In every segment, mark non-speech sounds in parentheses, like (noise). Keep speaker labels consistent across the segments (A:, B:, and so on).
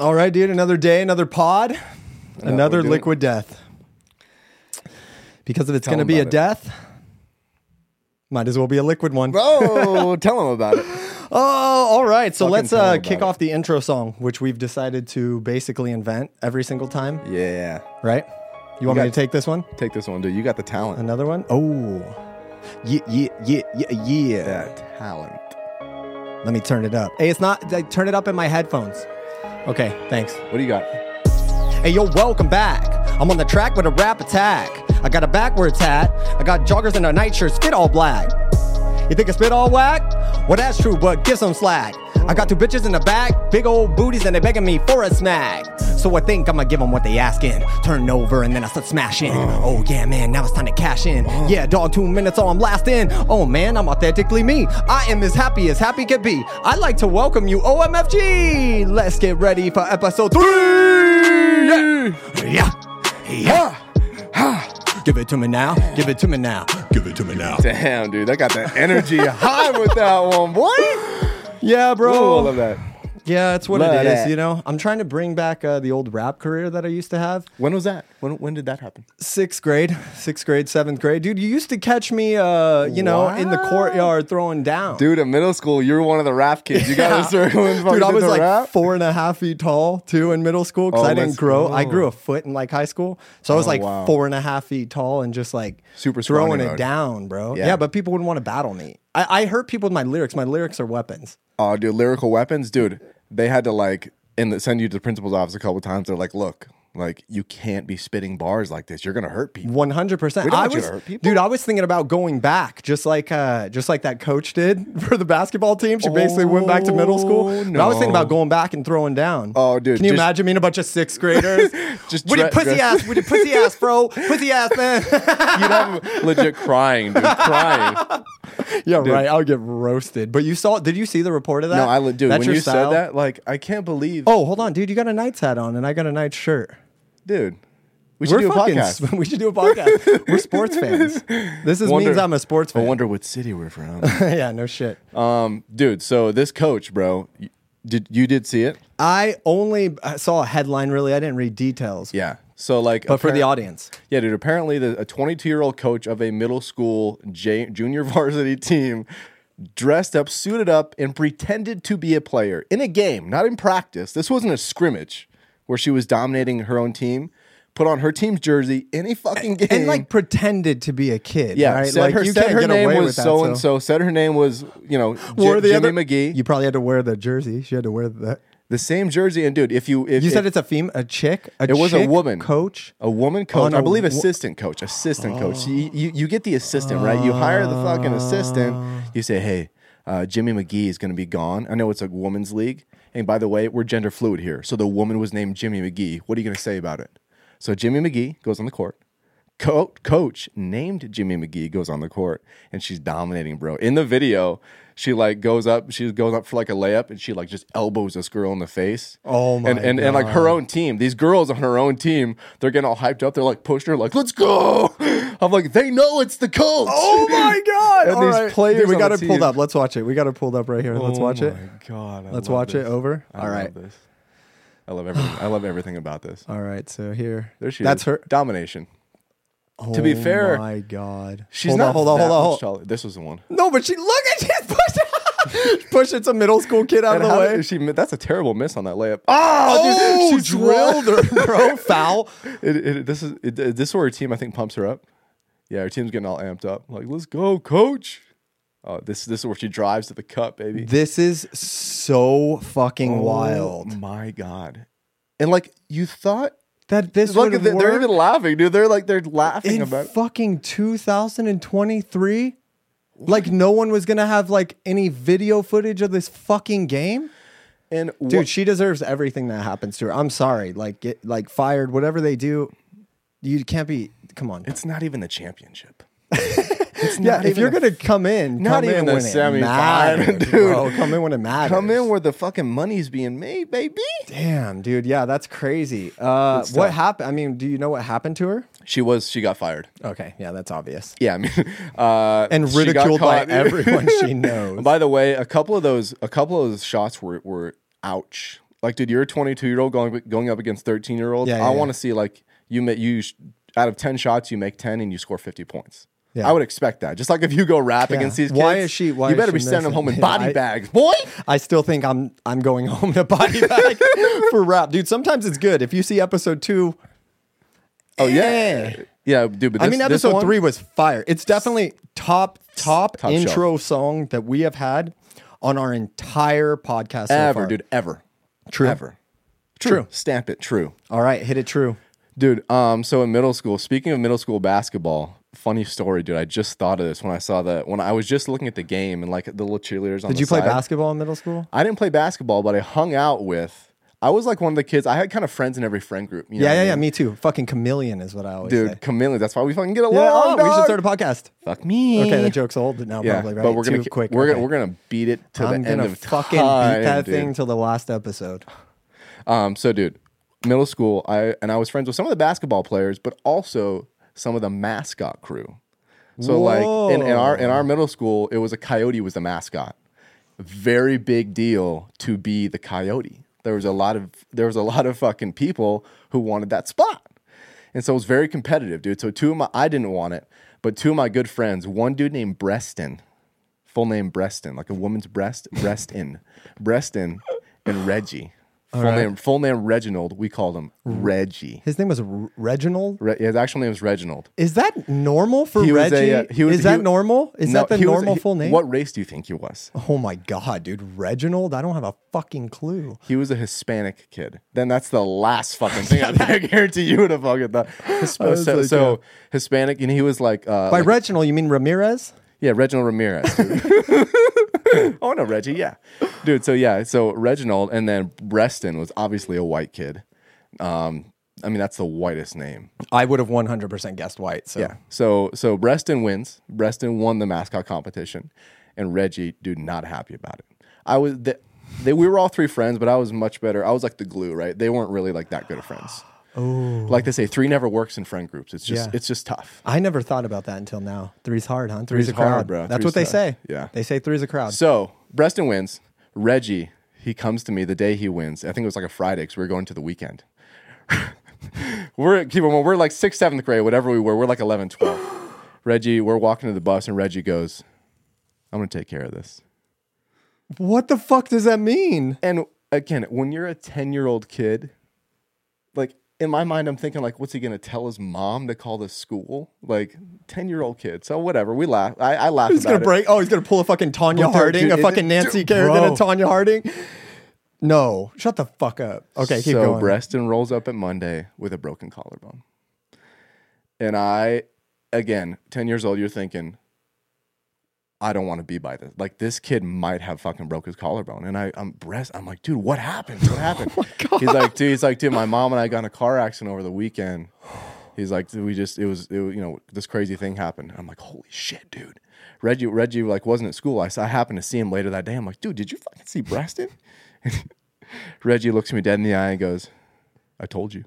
A: All right, dude. Another day, another pod, another
B: we'll do it.
A: liquid death. Because if it's
B: Tell
A: going to
B: 'em
A: be a
B: about it.
A: death, might as well be a liquid one.
B: Oh, tell them about it.
A: Oh, all right. So
B: Fucking
A: let's
B: tell 'em
A: uh,
B: about
A: kick
B: it.
A: off the intro song, which we've decided to basically invent every single time,
B: Yeah.
A: right? You want me
B: got-
A: to take this one?
B: Take this one, dude. You got the talent.
A: Another one? Oh, yeah, yeah, yeah, yeah, yeah.
B: That talent.
A: Let me turn it up. Hey, it's not. Like, turn it up in my headphones. Okay, thanks.
B: What do you got?
A: Hey, yo, welcome back. I'm on the track with a rap attack. I got a backwards hat. I got joggers and a nightshirt, spit all black. You think I spit all whack? Well, that's true, but give some slack. I got two bitches in the back, big old booties, and they begging me for a snack. So I think I'ma give them what they asking. Turn over and then I start smashing. Oh yeah, man, now it's time to cash in. Yeah, dog, two minutes, all I'm lasting. Oh man, I'm authentically me. I am as happy as happy can be. I'd like to welcome you, OMFG. Let's get ready for episode three. Yeah, yeah. Give it to me now. Give it to me now. Give it to me now.
B: Damn, dude. I got that energy high with that
A: (laughs)
B: one, boy.
A: Yeah, bro.
B: Oh, I love that.
A: Yeah, it's what
B: Love
A: it is.
B: that.
A: You know, I'm trying to bring back uh, the old rap career that I used to have.
B: When was that? When, when did that happen?
A: Sixth grade, (laughs) sixth grade, seventh grade, dude. You used to catch me, uh, you know, in the
B: Wow.
A: courtyard throwing down.
B: Dude, in middle school, you were one of the rap kids. You (laughs) got a circle and fucking
A: Dude, I
B: did
A: was
B: the
A: like
B: rap?
A: four and a half feet tall too in middle school because
B: Oh,
A: I didn't
B: let's
A: grow. I
B: go.
A: grew a foot in like high school, so I was
B: Oh,
A: like
B: wow.
A: four and a half feet tall and just like
B: Super scrawny
A: throwing it
B: mode.
A: down, bro. Yeah.
B: Yeah.
A: but people wouldn't want to battle me. I, I hurt people with my lyrics. My lyrics are weapons.
B: Oh, dude, lyrical weapons, dude. They had to like in the, send you to the principal's office a couple times. They're like, look, like you can't be spitting bars like this. You're gonna
A: (laughs)
B: hurt people.
A: One hundred percent.
B: We don't
A: I
B: want you
A: was,
B: to hurt people.
A: dude. I was thinking about going back, just like, uh, just like that coach did (laughs) for the basketball team. She basically went back to middle school.
B: Oh,
A: But I was thinking
B: no.
A: about going back and throwing down.
B: Oh, dude,
A: Can you
B: just-
A: imagine being a bunch of sixth graders?
B: (laughs) Just
A: with your
B: dre-
A: pussy
B: dress-
A: ass, with your pussy ass, bro, pussy ass,
B: (laughs)
A: man.
B: You'd have them legit crying, dude, crying.
A: yeah, right. I'll get roasted. But you saw? Did you see the report of that?
B: No, I li- dude.
A: That's
B: when
A: your
B: you
A: style?
B: said that, like, I can't believe,
A: Oh, hold on, dude. You got a Knights hat on, and I got a Knights shirt.
B: dude. We should do a
A: fucking-
B: podcast.
A: We should do a podcast. We're sports
B: (laughs)
A: fans. (laughs) This is
B: Wonder-
A: means I'm a sports
B: I
A: fan.
B: wonder what city we're from, (laughs)
A: (laughs) yeah, no shit.
B: um, dude. So this coach, bro, y- did you did see it?
A: I only uh, saw a headline. Really, I didn't read details.
B: Yeah. So like,
A: but for the
B: apparent-
A: audience,
B: Yeah, dude. Apparently, the, a 22 year old coach of a middle school J- junior (laughs) varsity team dressed up, suited up, and pretended to be a player in a game, not in practice. This wasn't a scrimmage where she was dominating her own team. Put on her team's jersey in a fucking game
A: and
B: (laughs)
A: like pretended to be a kid.
B: Yeah,
A: right?
B: said
A: like
B: her, said her name was
A: that,
B: so and so. Said her name was you know
A: Wore
B: J-
A: the
B: Jimmy
A: other
B: McGee.
A: You probably had to wear the jersey. She had to wear that.
B: the same jersey and dude, if you if
A: You said
B: if
A: it's a fem, a chick. A
B: it was a
A: chick
B: woman
A: coach.
B: a woman
A: On
B: coach, I
A: a
B: believe
A: wo- Oh.
B: assistant coach, assistant coach. You, you you get the assistant right. You hire the fucking
A: Ah.
B: assistant. You say hey. Uh, Jimmy McGee is going to be gone. I know it's a women's league, and by the way, we're gender fluid here. So the woman was named Jimmy McGee. What are you going to say about it? So Jimmy McGee goes on the court. Co- coach named Jimmy McGee goes on the court and she's dominating, bro. In the video, she like goes up, she goes up for like a layup and she like just elbows this girl in the face.
A: Oh my
B: and, and, and like her own team, these girls on her own team, they're getting all hyped up. They're like pushing her, like, let's go. I'm like, they know it's the coach.
A: (laughs) Oh my god!
B: And
A: All
B: these
A: right.
B: players
A: Dude, we
B: on
A: got
B: the
A: it pulled
B: team.
A: up. Let's watch it. We got it pulled up right here. Let's
B: Oh
A: watch it.
B: my God. I
A: Let's
B: love
A: watch it.
B: this.
A: Over.
B: I
A: All
B: love
A: right.
B: this. I love everything. I love everything about this.
A: All right. So here.
B: There she
A: That's
B: is.
A: her.
B: Domination. To be
A: Oh
B: fair,
A: my god.
B: She's
A: hold
B: not.
A: On, hold on.
B: that
A: Hold on.
B: much
A: Hold on.
B: taller. This was the one.
A: No, but she look at she's pushing (laughs) pushing some middle school kid out of
B: And
A: the
B: how
A: way.
B: did she mi- that's a terrible miss on that layup. Oh,
A: oh,
B: dude, she drilled.
A: her, bro. Foul.
B: It, it, this is it, it- this is where her team I think pumps her up. Yeah, her team's getting all amped up. Like, let's go, coach. Oh, this this is where she drives to the cup, baby.
A: This is so fucking wild.
B: Oh, my God. And like you thought,
A: That this
B: look,
A: would
B: at the,
A: work
B: they're even laughing, dude. They're like they're laughing
A: in
B: about. it.
A: fucking 2023. Like no one was gonna have like any video footage of this fucking game.
B: And what-
A: Dude, she deserves everything that happens to her. I'm sorry. Like get like fired, whatever they do. You can't be come on.
B: it's not even the championship. It's
A: Yeah,
B: not
A: if
B: even
A: you're
B: the
A: gonna come in,
B: not
A: come in
B: even the
A: when it
B: semifinal,
A: matters,
B: dude.
A: bro. Come in when it matters.
B: come in where the fucking money's being made, baby.
A: Damn, dude. Yeah, that's crazy. Uh, what happened? I mean, do you know what happened to her?
B: She was. She got fired.
A: Okay, yeah, that's obvious.
B: Yeah, I mean, (laughs) uh,
A: And
B: she got
A: ridiculed by
B: caught. (laughs)
A: everyone she knows.
B: By the way, a couple of those, a couple of those shots were were ouch. Like, dude, you're a 22 year old going going up against 13 year olds.
A: Yeah, yeah,
B: I
A: yeah.
B: want to see like you make you sh- out of 10 shots you make 10 and you score 50 points.
A: Yeah.
B: I would expect that. Just like if you go rap against these kids,
A: Why is she- why
B: you
A: is
B: better
A: she
B: be sending
A: missing?
B: them home in
A: (laughs) Yeah,
B: body
A: I-
B: bags, boy.
A: I still think I'm I'm going home in a body
B: (laughs)
A: bag for rap, dude. Sometimes it's good if you see episode two.
B: Oh yeah, yeah, dude. But
A: I
B: this,
A: mean,
B: this
A: episode
B: one-
A: three was fire. It's definitely top top,
B: Top
A: intro song that we have had on our entire podcast so
B: ever,
A: far.
B: dude, ever,
A: True.
B: ever,
A: True.
B: Stamp it, true.
A: All right, hit it true.
B: Dude, um, so in middle school, speaking of middle school basketball, funny story, dude. I just thought of this when I saw that when I was just looking at the game and like the little cheerleaders on
A: Did
B: the
A: you play
B: side.
A: basketball in middle school?
B: I didn't play basketball, but I hung out with I was like one of the kids. I had kind of friends in every friend group. You know
A: Yeah,
B: what
A: yeah,
B: I
A: yeah.
B: mean?
A: Me too. Fucking chameleon is what I always say.
B: Dude, chameleons. That's why we fucking get along.
A: Yeah, oh, we should
B: dog.
A: start a podcast.
B: Fuck me.
A: Okay, the joke's old now,
B: Yeah,
A: probably right.
B: but we're gonna
A: Too quick.
B: We're
A: okay.
B: gonna we're gonna beat it to
A: I'm
B: the end
A: gonna
B: of
A: fucking
B: time,
A: beat that
B: dude.
A: thing till the last episode.
B: Um, so dude, middle school, I and I was friends with some of the basketball players, but also some of the mascot crew. So like in, in our in our middle school, it was a coyote was the mascot. Very big deal to be the coyote. There was a lot of there was a lot of fucking people who wanted that spot. And so it was very competitive, dude. So two of my I didn't want it, but two of my good friends, one dude named Breston, full name Breston, like a woman's breast, Breston, Breston, and Reggie. Full name, full name Reginald. We called him Reggie.
A: His name was R- Reginald.
B: Re- his actual name is Reginald.
A: Is that normal for
B: He was
A: Reggie?
B: a, uh, he was-
A: is that
B: he-
A: normal? Is
B: No,
A: that the
B: he was-
A: normal
B: he-
A: full name?
B: What race do you think he was?
A: Oh my god, dude, Reginald! I don't have a fucking clue.
B: He was a Hispanic kid. Then that's the last fucking
A: (laughs)
B: thing I guarantee you would have fucking thought. So,
A: was
B: so,
A: like,
B: so Hispanic, and he was like, uh,
A: By
B: like-
A: Reginald, you mean Ramirez?
B: Yeah, Reginald Ramirez. (laughs) oh no, Reggie. Yeah, dude. So yeah, so Reginald, and then Breston was obviously a white kid. Um, I mean, that's the whitest name.
A: I would have 100% guessed white. So
B: Yeah. So so Breston wins. Breston won the mascot competition, and Reggie, dude, not happy about it. I was the, they we were all three friends, but I was much better. I was like the glue, right? They weren't really like that good of friends. Oh. Like they say, three never works in friend groups. It's just
A: Yeah.
B: it's just tough.
A: I never thought about that until now. Three's hard, huh? Three's,
B: Three's
A: a crowd,
B: hard, bro.
A: That's
B: Three's
A: what they
B: tough.
A: say.
B: Yeah.
A: they say three's a crowd.
B: So Breston wins. Reggie, he comes to me the day he wins. I think it was like a Friday because we were going to the weekend. (laughs) we're keep in mind, we're like sixth, seventh grade, whatever we were. We're like 11, 12.
A: (gasps)
B: Reggie, we're walking to the bus, and Reggie goes, "I'm gonna take care of this."
A: what the fuck does that mean?
B: And again, when you're a 10 year old kid, like in my mind, I'm thinking like, what's he gonna tell his mom to call the school? Like 10 year old kid. So whatever, we laugh. I, I laugh.
A: He's
B: about
A: gonna
B: it.
A: break. Oh, he's gonna pull a fucking Tanya
B: But dude,
A: Harding,
B: dude,
A: a
B: it-
A: fucking Nancy
B: dude,
A: Kerrigan, a
B: bro.
A: Tanya Harding. No, shut the fuck up. Okay, keep
B: so
A: going.
B: Breston rolls up at Monday with a broken collarbone. And I, again, 10 years old, you're thinking, I don't want to be by this. Like this kid might have fucking broke his collarbone. And I, I'm breast, I'm like, dude, what happened?
A: (laughs) Oh
B: What happened? He's like, dude, he's like, dude, my mom and I got in a car accident over the weekend. He's like, dude, we just, it was, it, was- you know, this crazy thing happened. I'm like, holy shit, dude. Reggie, Reggie, like, wasn't at school. I, s- I happened to see him later that day. I'm like, dude, did you fucking see Breston? Reggie looks me dead in the eye and goes, I told you.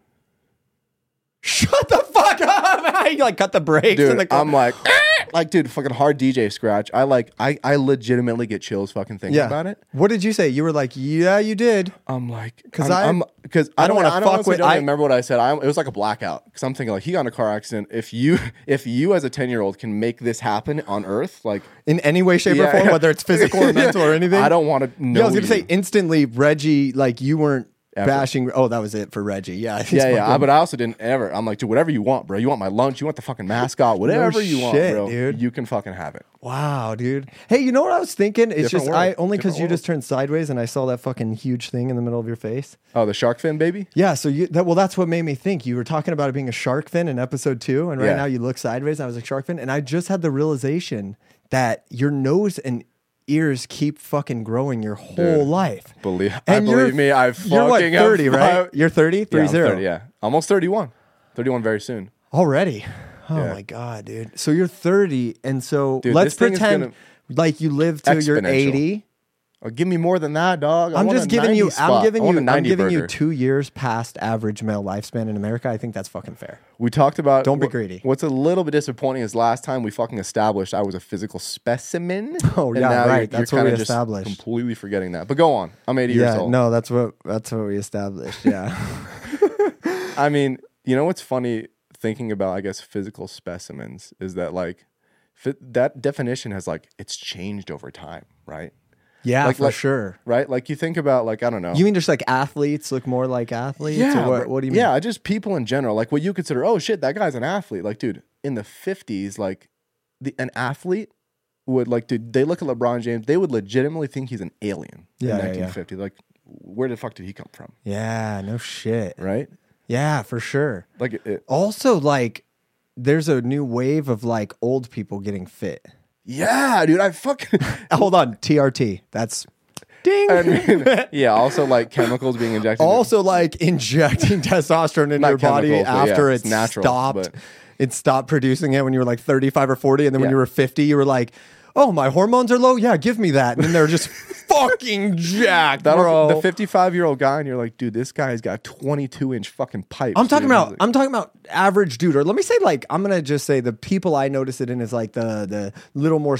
A: Shut the fuck up! (laughs) you like cut the brakes in
B: Dude,
A: the car.
B: I'm like, (laughs) "Ah!" like, dude, fucking hard DJ scratch. I like, I, I legitimately get chills fucking thinking
A: yeah.
B: about it.
A: What did you say? You were like, yeah, you did.
B: I'm like,
A: 'Cause
B: I'm-
A: I-
B: I'm, because I,
A: I don't
B: don't
A: wanna
B: want to
A: fuck
B: fuck with.
A: with-
B: Don't
A: I-
B: even remember what I said. I, it was like a blackout because I'm thinking like he got in a car accident. If you, (laughs) if you as a ten year old can make this happen on Earth, like
A: In any way, shape, or
B: Yeah,
A: form,
B: (laughs) yeah.
A: whether it's physical or mental or anything.
B: I don't want to know.
A: Yeah, I was gonna
B: you.
A: say instantly, Reggie. Like you weren't bashing. Oh, that was it for Reggie. Yeah, (laughs) he's
B: Yeah, yeah, I-
A: fucking-
B: but I also didn't ever. I'm like, dude, whatever you want, bro. You want my lunch? You want the fucking mascot? Whatever you want,
A: shit,
B: bro.
A: dude.
B: You can fucking have it.
A: Wow, dude. Hey, you know what I was thinking? It's
B: Different
A: just
B: world.
A: I only because
B: Different
A: you
B: world.
A: just turned sideways and I saw that fucking huge thing in the middle of your face.
B: Oh, the shark fin, baby.
A: Yeah, so you that well, that's what made me think. You were talking about it being a shark fin in episode two, and right
B: Yeah.
A: now you look sideways. And I was like shark fin, and I just had the realization that your nose and ears keep fucking growing your whole
B: Dude,
A: life.
B: believe- I
A: and you're-
B: believe me, I
A: you're what
B: fucking have
A: thirty, right?
B: five-
A: You're 30? 30,
B: Yeah, I'm 30, yeah, almost 31. 31 very soon.
A: already. Oh
B: Yeah.
A: my god, dude! So you're 30, and so
B: Dude,
A: let's
B: this thing is
A: pretend
B: gonna-
A: like you live till you're
B: Exponential.
A: 80,
B: Or give me more than that, dog. I
A: I'm
B: want
A: just
B: a
A: giving
B: 90
A: you.
B: spot.
A: I'm giving
B: I want
A: you.
B: a
A: I'm
B: 90
A: giving you
B: burger.
A: two years past average male lifespan in America. I think that's fucking fair.
B: We talked about.
A: Don't be
B: wh-
A: greedy.
B: What's a little bit disappointing is last time we fucking established I was a physical specimen.
A: (laughs) Oh,
B: and
A: yeah,
B: now
A: right.
B: You're,
A: That's
B: you're
A: what we
B: kinda just
A: established.
B: Completely forgetting that. But go on. I'm 80 years
A: Yeah,
B: old.
A: no, that's what that's what we established. Yeah,
B: (laughs) I mean, you know what's funny thinking about, I guess, physical specimens is that like fi- that definition has like it's changed over time, right?
A: yeah,
B: Like-
A: for
B: like-
A: sure.
B: Right? Like you think about like I don't know.
A: You mean just like athletes look more like athletes? or what,
B: but-
A: what do you mean?
B: Yeah, just people in general. Like what you consider, oh shit, that guy's an athlete. Like, dude, in the fifties, like the an athlete would like, dude, they look at LeBron James, they would legitimately think he's an alien
A: Yeah, yeah,
B: in
A: yeah.
B: nineteen fifty. Like, where the fuck did he come from?
A: yeah, no shit.
B: Right?
A: Yeah, for sure.
B: Like it, it-
A: Also, like, there's a new wave of like old people getting fit.
B: Yeah, dude,
A: (laughs)
B: I fucking
A: Hold on, TRT. That's ding.
B: I mean, (laughs) yeah, also like chemicals being injected.
A: also, like injecting (laughs) testosterone into
B: Not
A: your body
B: chemical, but yeah,
A: after
B: it's
A: it's,
B: natural,
A: stopped.
B: but-
A: It stopped producing it when you were like 35 or 40, and then when
B: Yeah.
A: you were 50, you were like, "Oh, my hormones are low. Yeah, give me that." And then they're
B: (laughs)
A: just fucking jacked,
B: That'll-
A: bro.
B: the 55 year old guy, and you're like, dude, this guy's got 22 inch fucking pipes.
A: I'm talking
B: dude.
A: about
B: He's like-
A: I'm talking about average dude, or let me say like I'm gonna just say the people I notice it in is like the the little more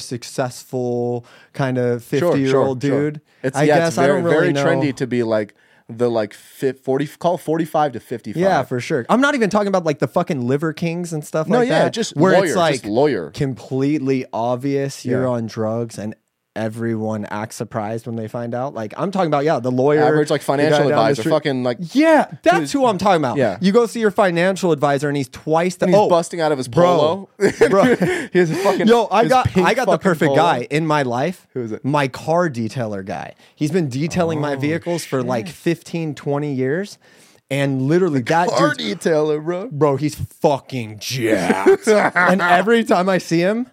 A: successful kind of 50
B: Sure,
A: year
B: sure,
A: old
B: sure.
A: dude.
B: It's,
A: I
B: yeah,
A: guess
B: it's very,
A: I don't really
B: very
A: know.
B: trendy to be like the like fit 40 call 45 to 55.
A: Yeah, for sure. I'm not even talking about like the fucking liver kings and stuff
B: No,
A: like
B: yeah,
A: that.
B: just
A: where
B: lawyer,
A: it's
B: just
A: like
B: lawyer.
A: completely obvious you're
B: Yeah.
A: on drugs and everyone acts surprised when they find out. Like I'm talking about yeah, the lawyer,
B: average like
A: the guy
B: financial
A: down the
B: advisor,
A: street-
B: fucking like
A: Yeah, that's who I'm talking about.
B: Yeah.
A: You go see your financial advisor and he's twice the
B: he's
A: oh,
B: busting out of his
A: bro.
B: polo.
A: (laughs) Bro.
B: (laughs) his fucking
A: Yo, I
B: his
A: got
B: pink
A: I got the
B: fucking
A: perfect
B: polo.
A: guy in my life.
B: Who is it? Oh,
A: My car detailer guy. He's been detailing my vehicles for like 15, 20 years. And literally that
B: Car
A: dude,
B: detailer, bro.
A: bro, he's fucking
B: (laughs)
A: jacked. and every time I see him,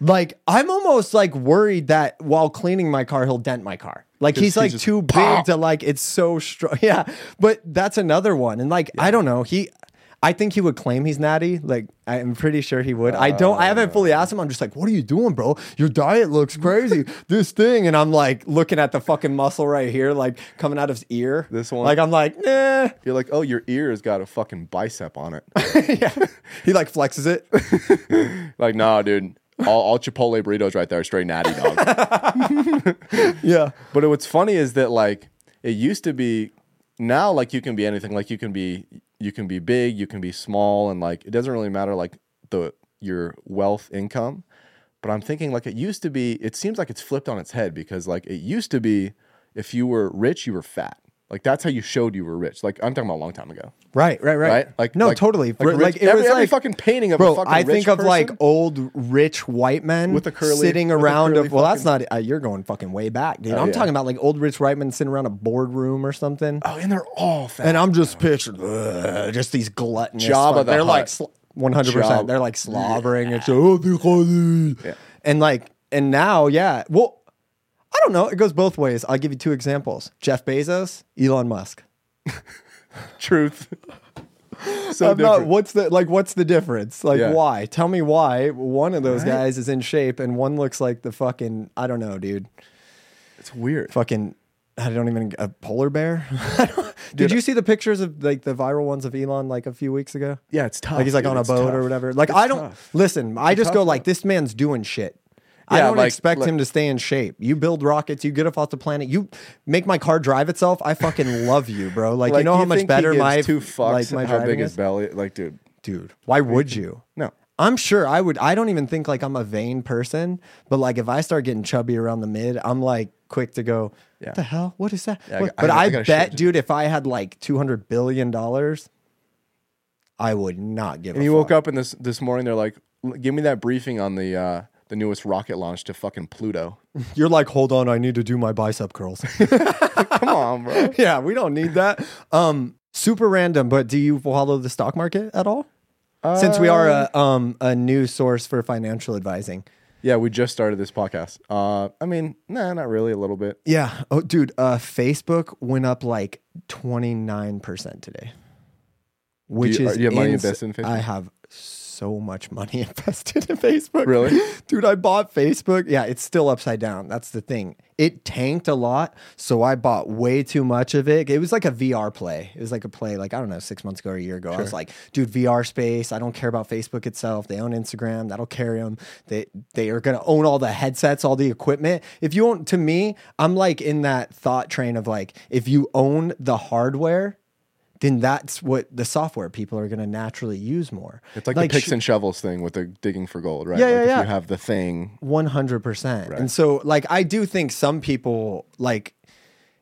A: like I'm almost like worried that while cleaning my car, he'll dent my car. Like he's,
B: he's
A: like
B: just
A: too
B: pop.
A: big to like it's so strong. (laughs) Yeah. But that's another one. And like I don't know. He I think he would claim he's natty. Like I'm pretty sure he would. I don't I haven't fully asked him. I'm just like, what are you doing, bro? Your diet looks
B: (laughs)
A: crazy. this thing. And I'm like looking at the fucking muscle right here, like coming out of his ear.
B: This one?
A: Like I'm like, nah. (laughs)
B: You're like, oh, your ear's got a fucking bicep on it.
A: yeah. He like flexes it.
B: like, nah, dude. All, all Chipotle burritos right there, straight natty dog.
A: (laughs) Yeah.
B: But what's funny is that like it used to be now like you can be anything like you can be you can be big, you can be small and like it doesn't really matter like the your wealth income. But I'm thinking like it used to be it seems like it's flipped on its head because like it used to be if you were rich you were fat. Like that's how you showed you were rich. Like I'm talking about a long time ago,
A: Right, right, right.
B: right? Like
A: Like no,
B: like-
A: totally.
B: Like,
A: Like,
B: rich-
A: like it
B: every,
A: was
B: every
A: like,
B: fucking painting of a
A: bro.
B: fucking
A: I think
B: rich
A: of
B: person-
A: like old rich white men
B: With a curly-
A: sitting
B: with a
A: around.
B: curly Oh,
A: a, well, that's not. Uh, you're going fucking way back, dude. I'm
B: yeah.
A: talking about like old rich white men sitting around a boardroom or something.
B: oh, and they're all fat.
A: and I'm just picturing ugh, just these gluttonous.
B: Jabba
A: fuck-
B: the
A: they're
B: Hutt.
A: like one hundred
B: Jabba.
A: percent. They're like slobbering and shit. "Oh, the holy." And like and now, yeah. Well, I don't know. It goes both ways. I'll give you two examples: Jeff Bezos, Elon Musk.
B: Truth. (laughs) so
A: I'm
B: different.
A: not. Uh, What's the like? What's the difference? Like,
B: Yeah.
A: why? Tell me why one of those
B: Right?
A: guys is in shape and one looks like the fucking I don't know, dude.
B: it's weird.
A: Fucking I don't even a polar bear. (laughs) Did you see the pictures of like the viral ones of Elon like a few weeks ago?
B: Yeah, it's tough.
A: Like he's like
B: dude,
A: on a
B: it's
A: boat
B: tough.
A: or whatever. Like I don't listen. I just
B: tough
A: go
B: one.
A: like this man's doing shit. I
B: Yeah,
A: don't
B: like-
A: expect
B: like-
A: him to stay in shape. You build rockets. You get up off the planet. You make my car drive itself. I fucking love you, bro. Like, you know how much
B: think he
A: better
B: gives
A: my
B: two fucks
A: like my
B: how
A: driving
B: big
A: is?
B: his belly like dude
A: dude. Why would you?
B: no
A: I'm sure I would. I don't even think like I'm a vain person, but like if I start getting chubby around the mid, I'm like quick to go.
B: Yeah.
A: What the hell? What is that?
B: Yeah, I
A: What-
B: got-
A: but
B: I got-
A: I,
B: I gotta
A: bet,
B: shit.
A: dude, if I had like 200 billion dollars, I would not give.
B: and
A: a
B: he
A: fuck.
B: woke up and this this morning they're like "L- give me that briefing on the uh the newest rocket launch to fucking pluto
A: You're like, hold on, I need to do my bicep curls.
B: (laughs)
A: (laughs)
B: come on bro
A: yeah, we don't need that. Um, super random, but do you follow the stock market at all? Since we are
B: Uh,
A: a um a new source for financial advising.
B: yeah we just started this podcast uh i mean nah not really a little bit
A: Yeah. Oh, dude, uh, Facebook went up like 29% today. Which
B: you-
A: is
B: do you have money
A: ins-
B: invested in Facebook?
A: I have so so much money (laughs) invested in Facebook.
B: Really?
A: Dude, I bought Facebook. Yeah, it's still upside down. That's the thing. It tanked a lot, so I bought way too much of it. It was like a VR play. It was like a play, like, I don't know, six months ago or a year ago. I was like, dude, VR space. I don't care about Facebook itself. They own Instagram. That'll carry them. They, they are going to own all the headsets, all the equipment. If you own, to me, I'm like in that thought train of like, if you own the hardware, then that's what the software people are going to naturally use more.
B: It's like, the
A: sh-
B: picks and shovels thing with the digging for gold, right?
A: Yeah,
B: like
A: yeah,
B: if
A: yeah.
B: you have the thing.
A: One hundred percent. And so, like, I do think some people, like,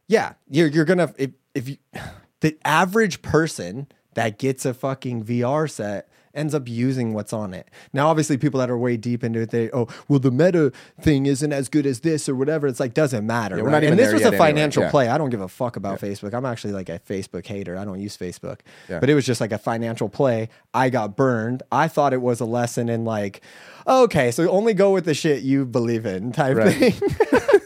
A: yeah, you're you're gonna if if you, (sighs) the average person that gets a fucking VR set ends up using what's on it. Now, obviously, people that are way deep into it, they oh, well, the meta thing isn't as good as this or whatever. It's like doesn't matter.
B: we're
A: right?
B: not even
A: and this
B: there
A: was
B: yet
A: a
B: anyway,
A: financial
B: yeah.
A: play. I don't give a fuck about Facebook. I'm actually like a Facebook hater. I don't use Facebook.
B: Yeah.
A: But it was just like a financial play. I got burned. I thought it was a lesson in like, okay, so only go with the shit you believe in type
B: Right.
A: thing. (laughs)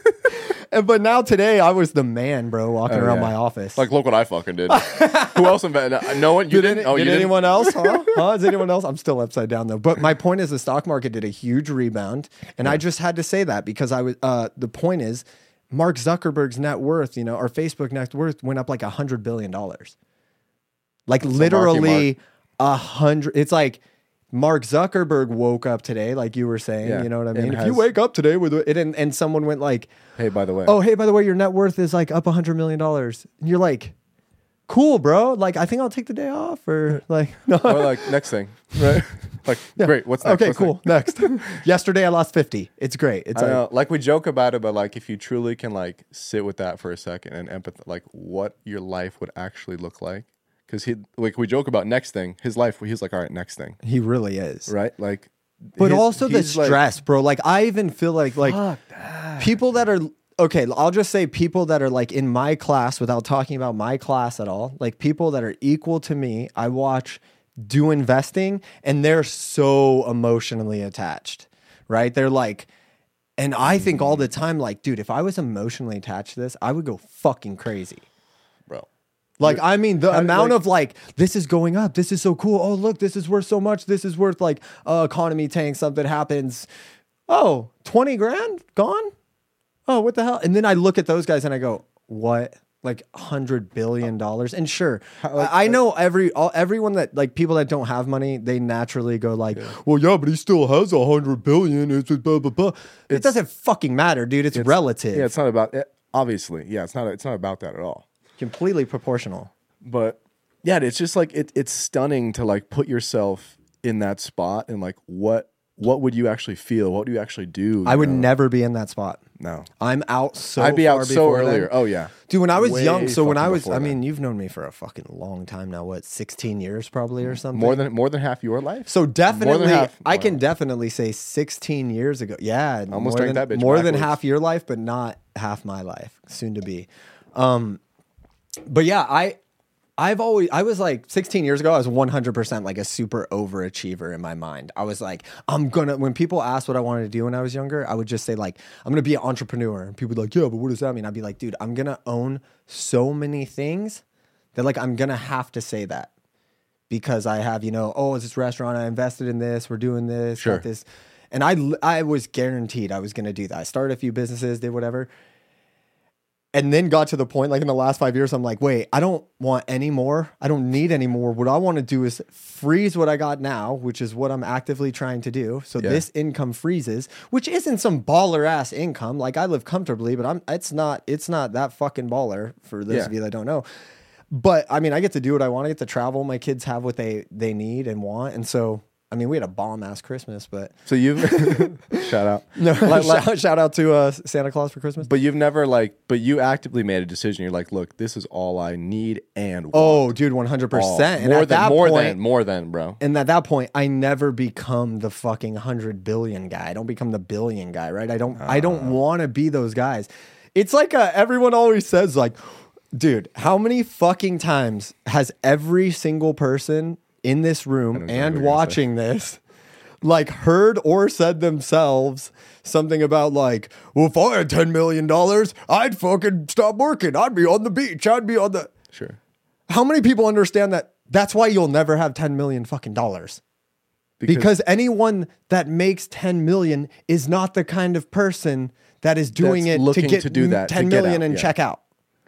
A: And- but now today I was the man, bro, walking around
B: Oh, yeah.
A: my office.
B: Like, look what I fucking (laughs) did. Who else invented? No one. You
A: did,
B: didn't.
A: any-
B: oh,
A: did
B: you didn't.
A: anyone else?
B: (laughs)
A: Huh? huh? Is anyone else? I'm still upside down though. But my point is, the stock market did a huge rebound, and I just had to say that because I was. Uh, the point is, Mark Zuckerberg's net worth, you know, or Facebook net worth went up like a hundred billion dollars. Like literally a hundred. It's like Mark Zuckerberg woke up today, like you were saying.
B: Yeah,
A: You know what I
B: and
A: mean? If you
B: has-
A: wake up today with it, and, and someone went like,
B: Hey, by the way.
A: oh hey by the way your net worth is like up a hundred million dollars and you're like cool bro like i think i'll take the day off or like (laughs) no
B: Or like next thing, right? (laughs) Like, great. What's next?
A: okay
B: What's
A: cool next (laughs) yesterday i lost 50 it's great it's
B: I
A: like
B: know, like we joke about it, but like if you truly can like sit with that for a second and empathize, like what your life would actually look like, because he like we joke about next thing, his life, he's like, all right, next thing,
A: he really is
B: right? Like,
A: but
B: his-
A: also the
B: he's, like-
A: stress bro like i even feel like like people that are okay i'll just say people that are like in my class without talking about my class at all like people that are equal to me i watch do investing and they're so emotionally attached right they're like and i think all the
B: Mm.
A: time like dude if i was emotionally attached to this i would go fucking crazy
B: bro.
A: like I mean, the amount
B: like-
A: of like this is going up. This is so cool. Oh look, this is worth so much. This is worth like uh, economy tank. Something happens. Oh, 20 grand gone. Oh, what the hell? And then I look at those guys and I go, what? Like hundred billion dollars. And sure, I, I know every all, everyone that like people that don't have money, they naturally go like, well, yeah, but he still has a hundred billion. It's blah blah blah. it doesn't fucking matter, dude. It's, relative.
B: Yeah, it's not about it, obviously. Yeah, it's not. It's not about that at all.
A: completely proportional.
B: But yeah, it's just like it, it's stunning to like put yourself in that spot and like what what would you actually feel? What do you actually do?
A: I would never be in that spot.
B: no.
A: I'm out so.
B: I'd be
A: far
B: out so
A: before then.
B: earlier. Oh yeah.
A: dude. When I was
B: Way
A: young, so when
B: fucking
A: I was,
B: before
A: I
B: then.
A: mean, you've known me for a fucking long time now. What, sixteen years probably or something.
B: More than more than half your life.
A: so definitely,
B: half.
A: I can definitely say sixteen years ago. Yeah,
B: Almost
A: more
B: drank
A: than,
B: that bitch
A: more than
B: backwards.
A: half your life, but not half my life. Soon to be. Um, but yeah, I. I've always I was like 16 years ago I was 100% like a super overachiever in my mind. I was like I'm going to when people asked what I wanted to do when I was younger, I would just say like I'm going to be an entrepreneur. And people would be like, "Yeah, but what does that mean?" I'd be like, "Dude, I'm going to own so many things that like I'm going to have to say that." Because I have, you know, oh, it's this restaurant I invested in this, we're doing this,
B: Sure.
A: got this. And I I was guaranteed I was going to do that. I started a few businesses, did whatever and then got to the point like in the last five years i'm like wait i don't want any more i don't need any more what i want to do is freeze what i got now which is what i'm actively trying to do so this income freezes which isn't some baller ass income like i live comfortably but i'm it's not it's not that fucking baller for those
B: Yeah.
A: of you that don't know but i mean i get to do what i want i get to travel my kids have what they they need and want and so i mean we had a bomb ass christmas
B: (laughs)
A: but
B: So you've shout out.
A: no
B: Like- like-
A: shout, shout out to uh, santa claus for christmas
B: but you've never like but you actively made a decision. You're like, look, this is all I need and want.
A: Oh, dude, one hundred
B: All.
A: percent. And
B: more
A: at
B: than
A: that
B: more
A: point,
B: than more than bro.
A: and at that point i never become the fucking 100 billion guy i don't become the billion guy right i don't i
B: Ah.
A: don't want to be those guys it's like uh everyone always says like dude how many fucking times has every single person in this room
B: know
A: and
B: what you're gonna
A: watching this like heard or said themselves something about like, well, if I had ten million dollars, I'd fucking stop working. I'd be on the beach. I'd be on the
B: Sure.
A: how many people understand that that's why you'll never have 10 million fucking dollars? because, anyone that makes 10 million is not the kind of person that is doing
B: That's
A: it to
B: looking
A: get
B: to do that, to
A: 10
B: get
A: million
B: out,
A: and
B: yeah.
A: check out.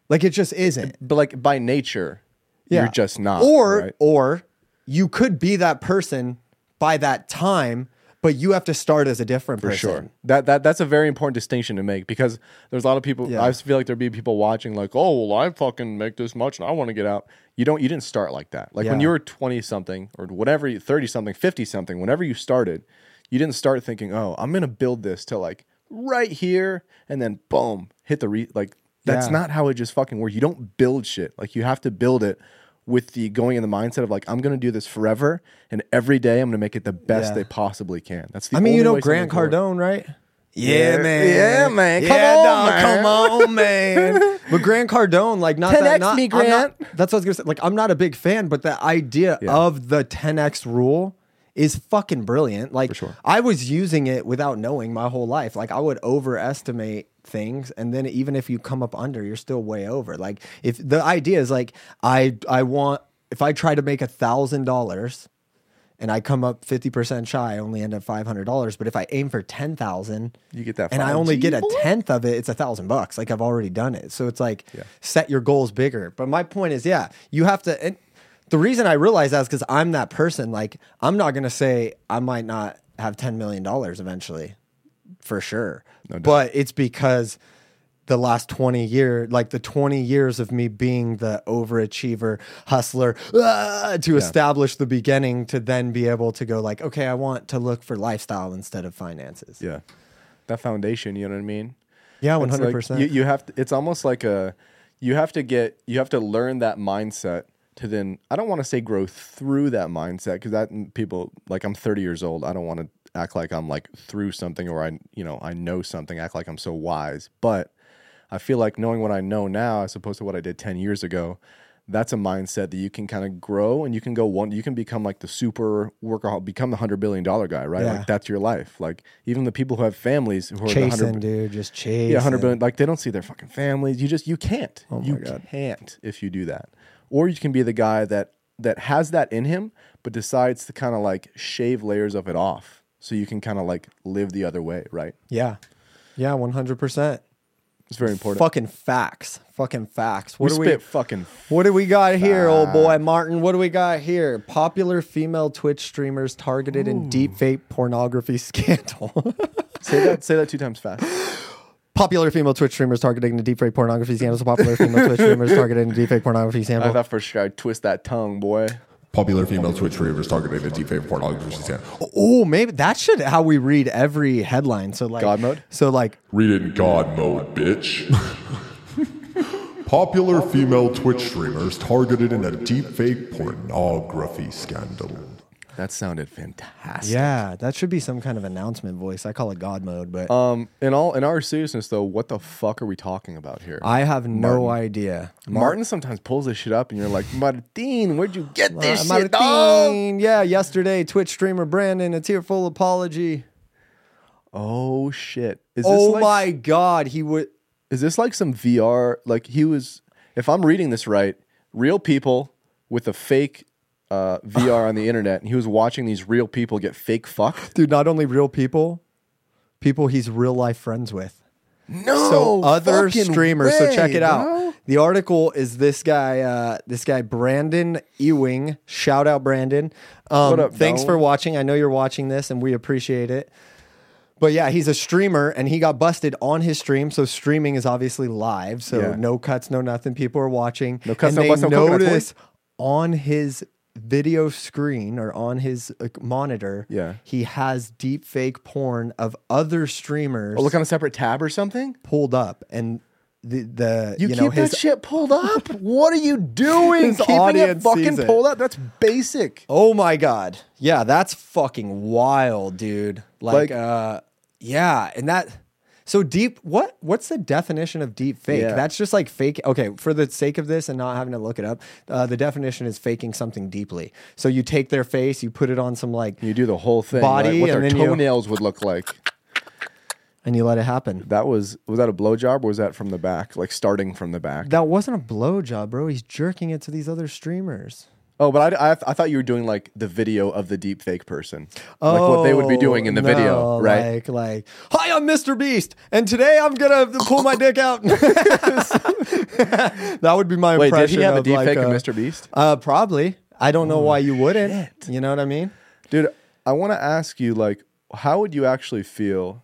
A: Like it just isn't.
B: But like by nature,
A: Yeah.
B: you're just not.
A: Or
B: right?
A: or you could be that person by that time, but you have to start as a different
B: for
A: person.
B: sure. That that that's a very important distinction to make because there's a lot of people.
A: Yeah.
B: I just feel like there'd be people watching like, oh well, I fucking make this much and I want to get out. You don't. You didn't start like that. Like when
A: Yeah.
B: you were twenty something or whatever, thirty something, fifty something, whenever you started, you didn't start thinking, oh, I'm gonna build this to like right here and then boom, hit the re like. That's
A: Yeah.
B: not how it just fucking works. You don't build shit. Like you have to build it with the going in the mindset of like I'm gonna do this forever and every day I'm gonna make it the best
A: Yeah.
B: they possibly can. That's the
A: I mean,
B: only
A: you know
B: way
A: Grant
B: something can work.
A: Cardone, right?
B: Yeah, yeah, man. Come on, man. (laughs)
A: on, man. But Grant Cardone, like, not
B: 10X
A: that. Not,
B: me,
A: I'm not-
B: Grant.
A: that's what I was gonna say. Like, I'm not a big fan, but the idea of the 10x rule is fucking brilliant. Like,
B: sure.
A: I was using it without knowing my whole life. Like, I would overestimate things, and then even if you come up under, you're still way over. Like, if the idea is like, I I want if I try to make a thousand dollars and I come up 50% shy, I only end up $500. But if I aim for 10,000
B: You get that
A: and I
B: five
A: only
B: G,
A: get a
B: boy.
A: 10th of it, it's a thousand bucks. Like I've already done it. So it's like set your goals bigger. But my point is, yeah, you have to. And the reason I realize that is because I'm that person. Like I'm not going to say I might not have $10 million eventually for sure. but it's because the last 20 year like the 20 years of me being the overachiever hustler ah, to establish the beginning to then be able to go like okay i want to look for lifestyle instead of finances
B: Yeah, that foundation. You know what I mean?
A: yeah
B: It's like
A: 100%
B: you, you have to. It's almost like a. You have to get. You have to learn that mindset to then. I don't want to say grow through that mindset because that mm, people like I'm 30 years old. I don't want to act like I'm like through something or I you know I know something. Act like I'm so wise, but I feel like knowing what I know now as opposed to what I did 10 years ago, that's a mindset that you can kind of grow and you can go one, you can become like the super workaholic, become the $100 billion guy, right?
A: Yeah.
B: Like that's your life. Like even the people who have families who are the
A: chasing
B: 100,
A: dude just chasing
B: yeah, 100 billion, like they don't see their fucking families. You just, you can't. Oh you can't if you do that. Or you can be the guy that, that has that in him, but decides to kind of like shave layers of it off. So you can kind of like live the other way, right?
A: yeah yeah 100%
B: It's very important.
A: fucking facts fucking facts
B: we
A: what do
B: spit
A: we
B: fucking
A: What do we got here, old boy Martin? What do we got here? Popular female Twitch streamers targeted in deepfake pornography (laughs) scandal.
B: Say that. Say that two
A: (laughs)
B: times fast.
A: popular female Twitch streamers targeted in deepfake pornography scandal. So popular female Twitch streamers
B: (laughs)
A: targeted in deepfake pornography
B: I
A: scandal.
B: thought for sure I'd twist that tongue, boy.
C: Popular female Twitch streamers targeted at deepfake pornography scandal.
A: Oh, maybe that should how we read every headline. So like
B: God mode?
A: So like
C: Read it in God mode, bitch. Popular female Twitch streamers targeted in a deepfake pornography scandal.
B: That sounded fantastic.
A: yeah, that should be some kind of announcement voice. I call it God mode, but
B: Um. In all, in our seriousness, though, what the fuck are we talking about here?
A: I have no idea.
B: Martin sometimes pulls this shit up, and you're like, Martin, where'd you get this
A: Uh,
B: shit, dog?
A: Martin, yeah, yesterday Twitch streamer Brandon a tearful apology.
B: Oh shit! Is
A: Oh
B: like,
A: my god, he would.
B: Is this like some VR? Like he was? If I'm reading this right, real people with a fake uh,
A: (laughs)
B: VR on the internet, and he was watching these real people get fake fucked.
A: dude not only real people people he's real life friends with
B: No,
A: so other
B: fucking
A: streamers so check
B: way,
A: it out
B: bro.
A: the article is this guy uh, this guy brandon ewing shout out brandon um,
B: What up,
A: thanks
B: dog?
A: for watching i know you're watching this and we appreciate it but yeah he's a streamer and he got busted on his stream so streaming is obviously live so
B: Yeah.
A: no cuts no nothing people are watching no and
B: cuts, no
A: they
B: busts, no coconuts, boys.
A: notice on his video screen or on his like, monitor
B: Yeah.
A: he has deep fake porn of other streamers
B: Oh, look on a separate tab or something.
A: pulled up and the the you,
B: You,
A: know
B: keep
A: his
B: that
A: (laughs)
B: shit pulled up. what are you doing?
A: His
B: Keeping it
A: audience
B: fucking
A: sees it.
B: pulled up. That's basic.
A: oh my god yeah that's fucking wild dude like,
B: Like-
A: uh yeah and that so deep what what's the definition of deep fake
B: Yeah.
A: that's just like fake okay for the sake of this and not having to look it up uh, the definition is faking something deeply so you take their face you put it on some like
B: You do the whole thing.
A: Body,
B: like what
A: and
B: their
A: then you-
B: toenails would look like.
A: and you let it happen
B: That was was that a blowjob or was that from the back? Like starting from the back.
A: that wasn't a blowjob bro he's jerking it to these other streamers
B: Oh, but I, I, I thought you were doing like the video of the deep fake person, like what they would be doing in the
A: Oh,
B: video,
A: no,
B: right?
A: Like, like, hi, I'm Mr. Beast, and today I'm gonna pull my dick out. (laughs) that would be my
B: Wait, did
A: impression.
B: he have a
A: of
B: deep
A: like
B: fake of
A: a-
B: Mr. Beast?
A: Uh, probably. I don't know why you wouldn't. You know what I mean?
B: Dude, I want to ask you, like, how would you actually feel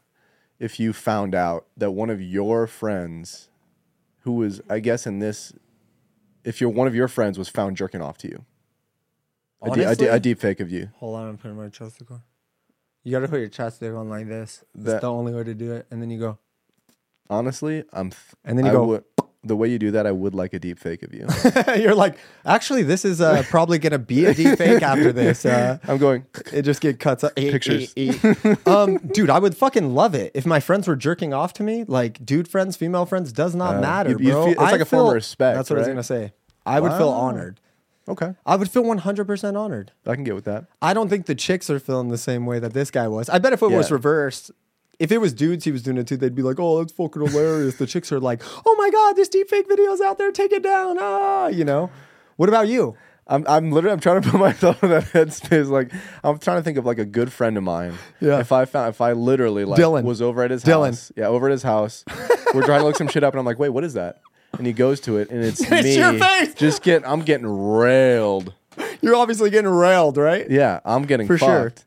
B: if you found out that one of your friends, who was, I guess, in this, if you're one of your friends was found jerking off to you, a, de- a, de-
A: Honestly?
B: a deep fake of you,
A: Hold on, I'm putting my chapstick on. You gotta put your chapstick on like this. That's
B: That-
A: the only way to do it. And then you go.
B: (laughs)
A: (laughs)
B: honestly, I'm. Th-
A: And then you
B: I
A: go-
B: would- the way you do that, I would like a deep fake of you.
A: (laughs) You're like, actually, this is uh, probably gonna be a deep fake after this.
B: (laughs)
A: Uh,
B: I'm going.
A: it just get cuts up. Eh,
B: Pictures.
A: eh, eh. um, dude, I would fucking love it if my friends were jerking off to me. Like, dude friends, female friends, does not matter,
B: you- you
A: bro.
B: feel- it's
A: I
B: like a form of respect,
A: That's what I was
B: right?
A: gonna say. I would feel
B: Wow.
A: honored.
B: Okay,
A: I would feel 100% honored.
B: I can get with that.
A: I don't think the chicks are feeling the same way that this guy was. I bet if it was
B: Yeah.
A: reversed, if it was dudes he was doing it to, they'd be like, "Oh, that's fucking hilarious." the chicks are like, "Oh my god, this deep fake video's out there. Take it down." Ah, you know. What about you?
B: I'm, I'm literally I'm trying to put (laughs) myself in that headspace. Like I'm trying to think of like a good friend of mine.
A: Yeah.
B: If I found if I literally like
A: Dylan.
B: was over at his
A: Dylan.
B: house. Yeah, over at his house. We're trying to look some shit up, and I'm like, wait, what is that? And he goes to it, and
A: (laughs)
B: it's,
A: It's
B: me.
A: your face!
B: Just get I'm getting railed.
A: You're obviously getting railed, right?
B: Yeah, I'm getting
A: For sure.
B: fucked.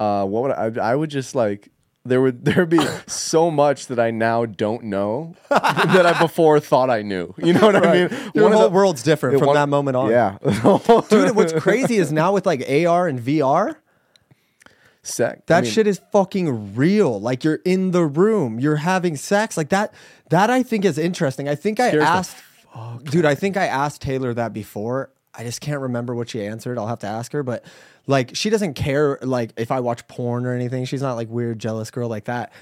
B: Uh, what would I? I would just like there would (laughs) there would be so much that I now don't know (laughs) that I before thought I knew. You know what I mean?
A: Your
B: One of
A: whole
B: the-
A: world's different
B: Yeah,
A: from
B: one-
A: that moment on.
B: Yeah, (laughs)
A: Dude, what's crazy is now with like AR and VR,
B: Sec.
A: that
B: I mean,
A: shit is fucking real. Like you're in the room, you're having sex. Like that that I think is interesting. I think I
B: Scares the
A: asked Dude, I think I asked Taylor that before. I just can't remember what she answered. I'll have to ask her, but like she doesn't care like if I watch porn or anything. She's not like weird jealous girl like that.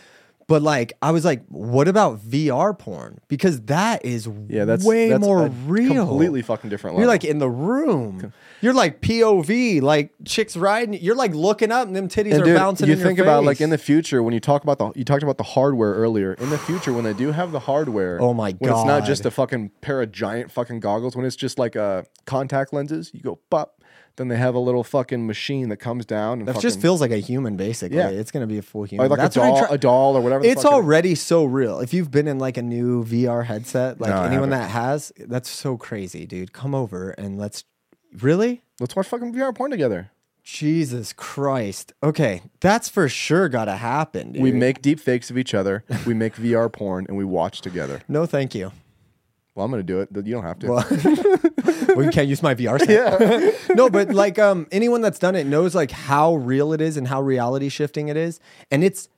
A: But like I was like, what about VR porn? Because that is
B: Yeah, that's
A: way
B: that's
A: more
B: a
A: real.
B: Completely fucking different level.
A: You're like in the room. You're like POV, like chicks riding. You're like looking up, and them titties
B: and
A: are
B: dude,
A: bouncing.
B: you
A: in
B: think
A: your
B: about
A: face.
B: like in the future when you talk about the you talked about the hardware earlier. In the future when they do have the hardware,
A: Oh my
B: when it's not just
A: God.
B: a fucking pair of giant fucking goggles, when it's just like uh, contact lenses, you go pop. Then they have a little fucking machine that comes down and
A: It
B: fucking,
A: just feels like a human, basically.
B: Yeah.
A: It's gonna be a full
B: or
A: human.
B: like a
A: That's what I
B: doll,
A: try-
B: a doll or whatever. the
A: It's
B: fuck it is.
A: already so real. If you've been in like a new VR headset, like
B: No, I
A: anyone
B: haven't.
A: that has, that's so crazy, dude. Come over and let's really.
B: Let's watch fucking VR porn together.
A: Jesus Christ. Okay, that's for sure gotta happen, dude.
B: We make deep fakes of each other.
A: (laughs)
B: We make VR porn and we watch together.
A: no, thank you.
B: Well, I'm gonna do it. You don't have to.
A: well, you can't use my VR set. (laughs) no, but like um, anyone that's done it knows like how real it is and how reality shifting it is, and it's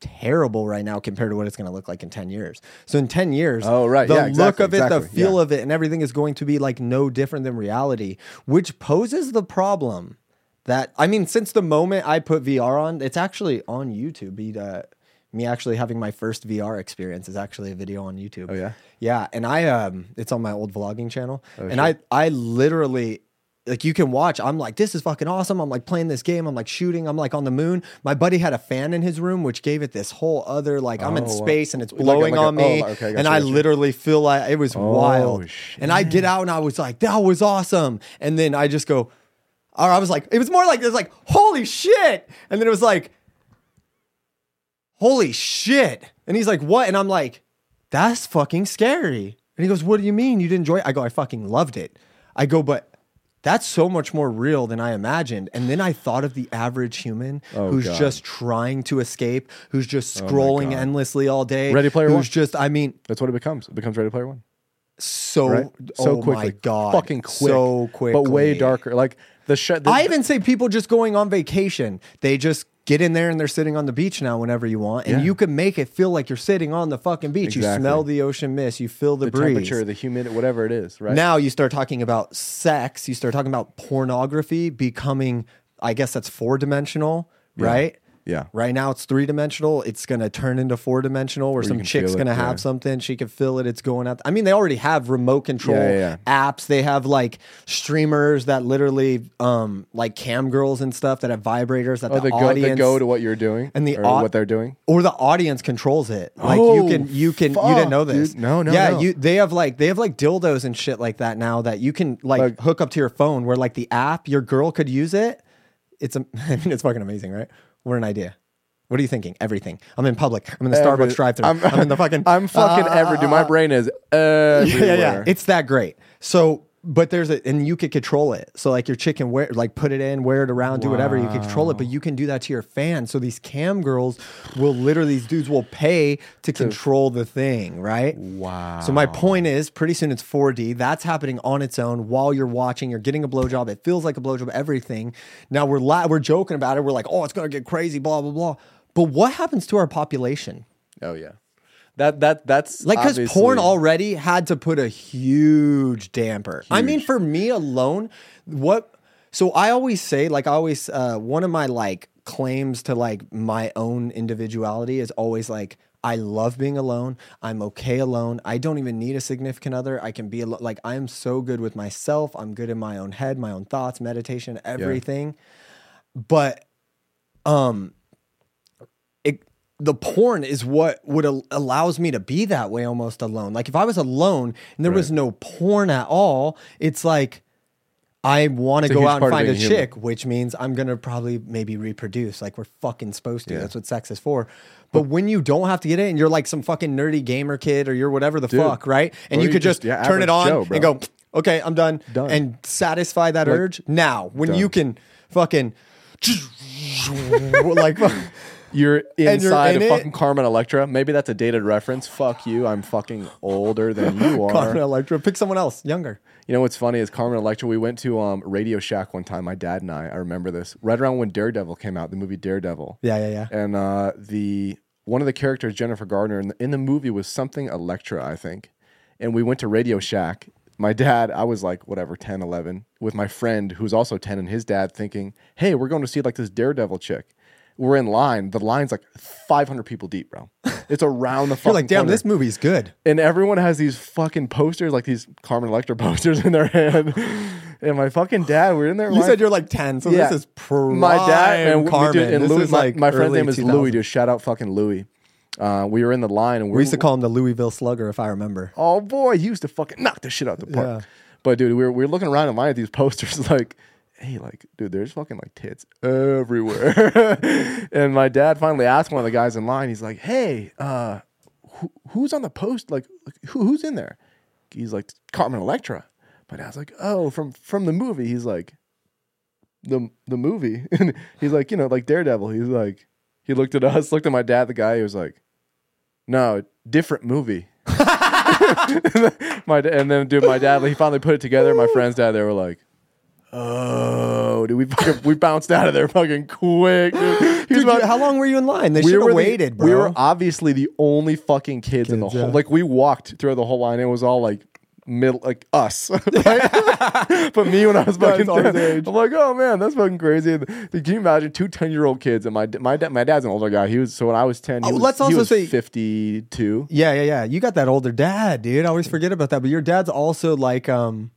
A: terrible right now compared to what it's going to look like in 10 years. So in 10 years,
B: Oh, right.
A: the
B: Yeah,
A: look
B: exactly,
A: of it, the
B: exactly.
A: feel
B: Yeah.
A: of it and everything is going to be like no different than reality, which poses the problem that I mean since the moment I put VR on, it's actually on YouTube. Be uh, me actually having my first VR experience is actually a video on YouTube.
B: Oh, yeah? Oh,
A: Yeah, and I um it's on my old vlogging channel. and I I literally like you can watch. I'm like, this is fucking awesome. I'm like playing this game. I'm like shooting. I'm like on the moon. My buddy had a fan in his room, which gave it this whole other like I'm in
B: Oh, wow.
A: space and it's
B: Like a-
A: blowing
B: like a-
A: on me.
B: oh, okay, gotcha,
A: and I
B: gotcha.
A: literally feel like it was wild.
B: Oh, shit.
A: And I get out and I was like, that was awesome. And then I just go, or I was like, it was more like it was like, holy shit. And then it was like, holy shit. And he's like, what? And I'm like, that's fucking scary. And he goes, what do you mean? You didn't enjoy it? I go, I fucking loved it. I go, but that's so much more real than I imagined. And then I thought of the average human who's
B: Oh, God. Oh,
A: just trying to escape, who's just scrolling
B: God.
A: endlessly all day.
B: Ready Player
A: who's
B: One.
A: just, I mean,
B: That's what it becomes. It becomes Ready Player One.
A: so,
B: right?
A: oh my God.
B: fucking quick,
A: So quick.
B: but way darker. Like the shut. the-
A: I even say people just going on vacation. They just get in there and they're sitting on the beach now whenever you want, and
B: Yeah.
A: you can make it feel like you're sitting on the fucking beach. You
B: Exactly.
A: smell the ocean mist. You feel the,
B: the
A: breeze.
B: temperature, the humid, whatever it is, right?
A: Now you start talking about sex. You start talking about pornography becoming. I guess that's four dimensional, right?
B: Yeah.
A: Right now it's three dimensional. It's gonna turn into four dimensional, where some
B: can
A: chick's
B: feel it,
A: gonna
B: yeah.
A: have something. She can feel it. It's going out. I mean, they already have remote control
B: Yeah, yeah,
A: apps. They have like streamers that literally, um, like cam girls and stuff that have vibrators that
B: Oh,
A: the
B: they go, they
A: audience
B: go to what you're doing
A: And the
B: or
A: au-
B: what they're doing.
A: or the audience controls it. Like you
B: Oh,
A: can you can you didn't know
B: fuck,
A: this.
B: dude. No, no,
A: Yeah,
B: no.
A: you they have like they have like dildos and shit like that now that you can like,
B: Like-
A: hook up to your phone where like the app your girl could use it. It's (laughs) a I mean it's fucking amazing, right? What an idea. What are you thinking? Everything. I'm in public. I'm in the
B: Every-
A: Starbucks drive-through.
B: I'm-
A: I'm, in the fucking
B: (laughs)
A: uh,
B: I'm fucking every dude. My brain is
A: (laughs)
B: everywhere.
A: yeah, yeah. It's that great. So, but there's a, and you could control it. So, like your chicken, wear, like put it in, wear it around, do whatever. You can control it, but you can do that to your fans. So these cam girls will literally, these dudes will pay to control the thing, right? Wow. So my point is, pretty soon it's 4D. That's happening on its own while you're watching. You're getting a blowjob. It feels like a blowjob. Everything. Now we're la- we're joking about it. We're like, oh, it's gonna get crazy, blah blah blah. But what happens to our population?
B: oh yeah. That that that's
A: Like, because
B: obviously-
A: porn already had to put a huge damper. I mean, for me alone, what? So I always say, like, I always uh, one of my like claims to like my own individuality is always like. I love being alone. I'm okay alone. I don't even need a significant other. I can be alo- like I am so good with myself. I'm good in my own head, my own thoughts, meditation, everything. But it, the porn is what would al- allows me to be that way almost alone. Like if I was alone and there was no porn at all, it's like I want to
B: a
A: go
B: huge
A: out and
B: part of
A: find a
B: being human.
A: chick, which means I'm gonna probably maybe reproduce. Like we're fucking supposed to. That's what sex is for. But when you don't have to get it, and you're like some fucking nerdy gamer kid, or you're whatever the fuck, right? And
B: Or
A: you
B: you
A: could just,
B: just- yeah,
A: turn it
B: average
A: on
B: Joe, bro.
A: and go, okay, I'm done,
B: Done.
A: and satisfy that urge now. When
B: done.
A: you can fucking, (laughs) like,
B: You're
A: And you're
B: inside
A: in
B: of
A: it?
B: fucking Carmen Electra. Maybe that's a dated reference. Fuck you. I'm fucking older than you
A: (laughs)
B: are.
A: Carmen Electra. Pick someone else, younger.
B: You know what's funny is Carmen Electra. We went to um, Radio Shack one time. My dad and I. I remember this right around when Daredevil came out, the movie Daredevil.
A: Yeah, yeah, yeah.
B: And uh, the one of the characters, Jennifer Gardner, in the, in the movie was something Electra, I think. And we went to Radio Shack. My dad, I was like whatever 10, 11, with my friend who's also 10 and his dad thinking, "Hey, we're going to see like this Daredevil chick." We're in line. The line's like 500 people deep, bro. It's around the fucking
A: (laughs) You're like, damn,
B: corner."
A: this movie's good.
B: and everyone has these fucking posters, like these Carmen Electra (laughs) posters in their hand. And my fucking dad, we're in there.
A: You said you're like 10, so this is prime
B: my dad and
A: Carmen.
B: Carmen. and
A: This
B: Louis,
A: is
B: my,
A: like
B: my friend's
A: early
B: name is
A: 2000s.
B: Louis. Just shout out fucking Louis. Uh, we were in the line and we,
A: We used to call him the Louisville Slugger, if I remember.
B: Oh boy, he used to fucking knock the shit out the park.
A: Yeah.
B: But dude, we were, we were looking around in line at these posters, (laughs) like, hey, like, dude, there's fucking like tits everywhere. (laughs) and my dad finally asked one of the guys in line. He's like, hey, uh, who, who's on the post? Like, who, who's in there? He's like Carmen Electra. My dad's like, oh, from from the movie. He's like, the the movie. (laughs) And he's like, you know, like Daredevil. He's like, he looked at us, looked at my dad, the guy. He was like, no, different movie. (laughs) my da- and then dude, my dad, he finally put it together. My friend's dad, they were like, oh, dude, we fucking, we bounced out of there fucking quick. Dude, He was
A: Dude,
B: about-
A: you- how long were you in line? They should have
B: the-
A: waited, bro.
B: We were obviously the only fucking kids, in the
A: Kids,
B: whole.
A: yeah.
B: Like we walked through the whole line. It was all like middle, like
A: (laughs)
B: us. (laughs) right? but me when I was fucking,
A: our
B: I'm like, oh man, that's fucking crazy. And Can you imagine two 10 year old kids? And my da- my dad, my dad's an older guy. He was so when I was ten. He
A: Oh,
B: was,
A: let's
B: he
A: also
B: was
A: say-
B: 52.
A: yeah, yeah, yeah. You got that older dad, dude. I always forget about that. But your dad's also like, um,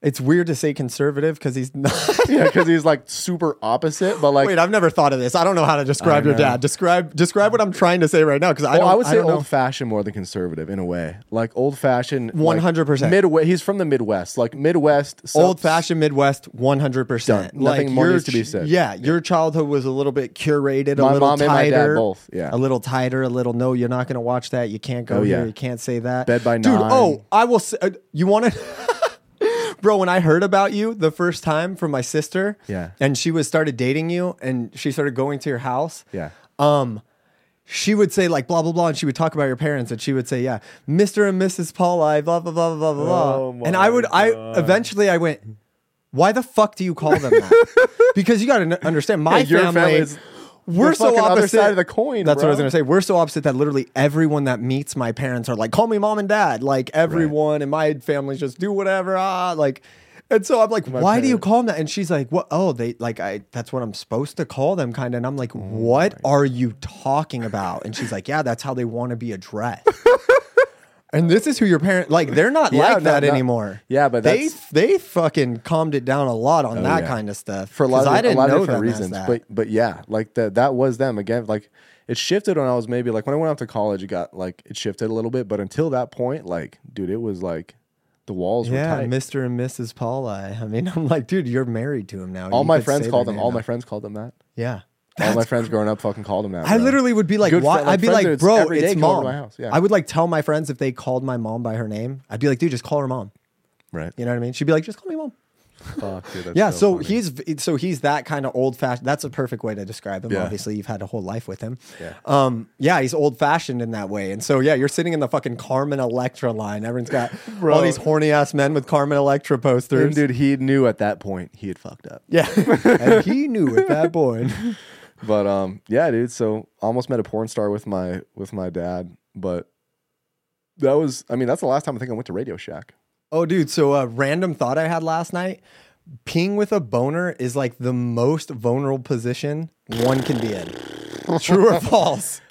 A: it's weird to say conservative because he's (laughs) not.
B: (laughs) yeah, because he's like super opposite. But like,
A: Wait, I've never thought of this. I don't know how to describe your
B: know.
A: dad. Describe describe what I'm trying to say right now because I
B: Well,
A: don't.
B: oh, I would say
A: don't know.
B: old fashioned more than conservative in a way. Like old fashioned,
A: 100%.
B: Midwest. He's from the Midwest, like Midwest. South-
A: old fashioned Midwest, one hundred percent.
B: Done. Nothing more needs to be said.
A: Yeah, your childhood was a little bit curated, a
B: My
A: little
B: mom and
A: tighter,
B: my dad both, yeah.
A: a little tighter, a little. No, you're not going to watch that. You can't go
B: Oh, yeah.
A: here. You can't say that.
B: Bed by
A: Dude,
B: nine.
A: oh, I will. Say, uh, you want to? (laughs) Bro, when I heard about you the first time from my sister,
B: Yeah.
A: and she was started dating you, and she started going to your house,
B: Yeah.
A: she would say like blah blah blah, and she would talk about your parents, and she would say, "Yeah, Mister and Mrs. Pauli, blah blah blah blah blah blah."
B: Oh my
A: and I would, I eventually, I went, "Why the fuck do you call them
B: (laughs)
A: that?" because you got to understand, my
B: Yeah, your
A: family,
B: family's
A: we're
B: the
A: so
B: fucking
A: opposite
B: other side of the coin,
A: That's what I was
B: bro.
A: gonna say. We're so opposite that literally everyone that meets my parents are like, "Call me mom and dad." Like everyone, and my family just do whatever. Ah, like. And so I'm like, why do you
B: parents.
A: call them that? And she's like, what? Oh, they like I. That's what I'm supposed to call them, kind of. And I'm
B: Oh
A: like, what are you talking about? And she's like, yeah, that's how they want to be
B: (laughs)
A: addressed. and this is who your parent like. They're not
B: Yeah,
A: like
B: no,
A: that
B: no.
A: anymore.
B: Yeah, but
A: they
B: that's- Oh,
A: they fucking calmed it down a lot on that
B: yeah.
A: kind of stuff.
B: for a lot
A: 'Cause
B: of,
A: I didn't
B: a lot
A: know
B: of different
A: them as
B: reasons.
A: that.
B: But but yeah, like that that was them again. Like it shifted when I was maybe like when I went off to college, it got like it shifted a little bit. But until that point, like dude, it was like the walls
A: yeah,
B: were tight.
A: Mr. and Mrs. Paula. I mean, (laughs) I'm like, dude, you're married to him now.
B: all
A: You
B: my
A: could
B: friends
A: say
B: called
A: their
B: them.
A: name
B: All
A: now.
B: my friends called
A: (laughs)
B: them that.
A: yeah.
B: all my friends growing up fucking called them that.
A: (laughs) I
B: bro.
A: literally would be like,
B: Good
A: why?
B: friend- like,
A: I'd be
B: friends
A: like,
B: that's
A: bro,
B: every day
A: it's
B: come over to
A: mom.
B: my house, yeah.
A: I would like tell my friends if they called my mom by her name, I'd be like, dude, just call her mom. (laughs)
B: right?
A: You know what I mean? She'd be like, just call me mom.
B: Fuck, dude, that's
A: Yeah. So,
B: funny.
A: he's so he's that kind of old fashioned. That's a perfect way to describe him.
B: Yeah.
A: Obviously, you've had a whole life with him.
B: Yeah.
A: Um. Yeah, he's old fashioned in that way. And so yeah, you're sitting in the fucking Carmen Electra line. Everyone's
B: (laughs)
A: got all these horny ass men with Carmen Electra posters.
B: And, dude, he knew at that point he had fucked up.
A: Yeah. (laughs) and he knew at that point.
B: But um, yeah, dude. So I almost met a porn star with my with my dad, but that was I mean that's the last time I think I went to Radio Shack.
A: (laughs) Oh, dude. So, a random thought I had last night peeing with a boner is like the most vulnerable position one can
B: (laughs)
A: be in. True or false?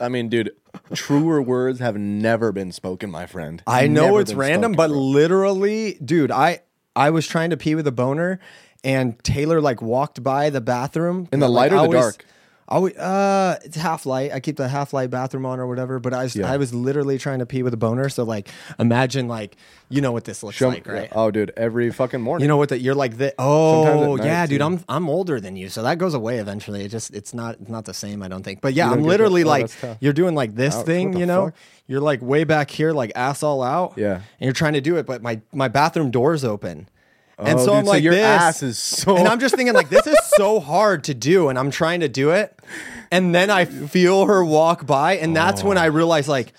B: I mean, dude, truer words have never been spoken, my friend.
A: I know
B: Never
A: it's
B: been
A: random,
B: spoken,
A: but
B: bro.
A: literally, dude, I I was trying to pee with a boner, and Taylor like walked by the bathroom
B: In the
A: Like,
B: light or
A: I
B: the
A: always-
B: dark?
A: I always, uh, it's half light. I keep the half light bathroom on or whatever. But I was I was literally trying to pee with a boner. So like, imagine like you know what this looks
B: Jump-
A: like, right?
B: Oh, dude, every fucking morning.
A: You know what? That you're like the oh
B: Sometimes at
A: yeah,
B: night,
A: dude.
B: too.
A: I'm I'm older than you, so that goes away eventually. It just it's not it's not the same, I don't think. But yeah,
B: don't
A: I'm
B: get
A: literally
B: that- oh,
A: like
B: that's tough.
A: you're doing like this
B: Ouch, what
A: thing,
B: the
A: you know.
B: fuck?
A: You're like way back here, like ass all out.
B: Yeah.
A: and you're trying to do it, but my my bathroom door's open, and
B: Oh,
A: so
B: dude,
A: I'm like
B: your
A: this,
B: ass is so.
A: and I'm just thinking like this is so (laughs) hard to do, and I'm trying to do it, and then I feel her walk by, and that's when I realize like.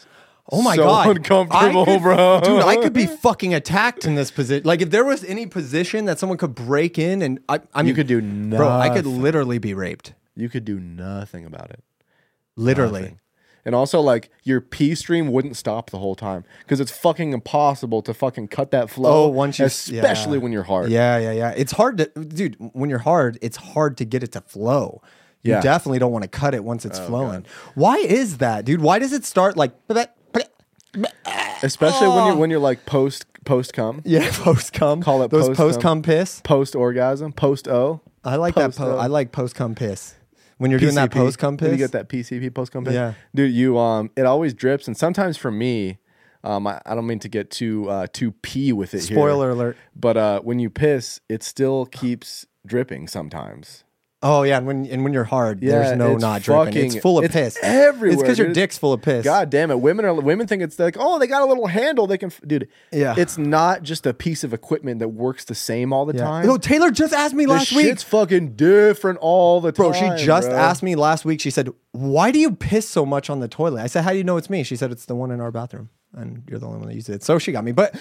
A: Oh my
B: So
A: god! I
B: uncomfortable,
A: could-
B: bro.
A: Dude, I could be fucking attacked in this position. Like if there was any position that someone could break in, and I, I mean,
B: could do
A: Bro, I could
B: nothing.
A: literally be raped.
B: you could do nothing about it.
A: Literally.
B: And also, like your P stream wouldn't stop the whole time because it's fucking impossible to fucking cut that flow.
A: Oh, once you,
B: especially
A: yeah.
B: when you're hard.
A: Yeah, yeah, yeah. It's hard to, dude. When you're hard, it's hard to get it to flow. You
B: Yeah. Oh,
A: definitely don't want to cut it once it's flowing. Why is that, dude? Why does it start like? (laughs)
B: especially when
A: Oh.
B: you're when you're like post post cum,
A: Yeah, post cum.
B: Call it
A: those
B: post-cum.
A: post cum piss.
B: post orgasm, post O.
A: I like that. Po-
B: Post-cum.
A: I like post cum piss. When you're doing that
B: PCP.
A: post cum
B: When
A: piss,
B: You get that PCP post cum piss.
A: Yeah.
B: dude. You um, it always drips, and sometimes for me, um, I, I don't mean to get too uh too pee with it. here.
A: Spoiler alert.
B: But uh, when you piss, it still keeps dripping sometimes.
A: Oh yeah, and when and when you're hard,
B: Yeah,
A: there's no
B: it's
A: not dripping. It's
B: fucking-
A: full of
B: it's
A: piss It's
B: everywhere,
A: because your
B: dude.
A: dick's full of piss.
B: God damn it! Women are women think it's like oh they got a little handle they can f-. dude.
A: Yeah.
B: it's not just a piece of equipment that works the same all the
A: Yeah.
B: time.
A: No, Taylor just asked me
B: The
A: last week.
B: shit's fucking different all the
A: Bro,
B: time.
A: she just
B: bro.
A: asked me last week. She said, "Why do you piss so much on the toilet?" I said, "How do you know it's me?" She said, "It's the one in our bathroom, and you're the only one that uses it." So she got me. But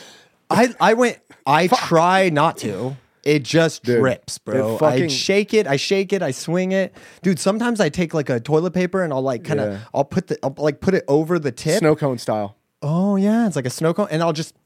A: I, I went. I try not to. It just drips, bro.
B: it fucking-
A: I shake it. I shake it. I swing it, dude. Sometimes I take like a toilet paper and I'll like kind of.
B: Yeah.
A: I'll put the. I'll like put it over the tip.
B: snow cone style.
A: Oh yeah, it's like a snow cone, and I'll just.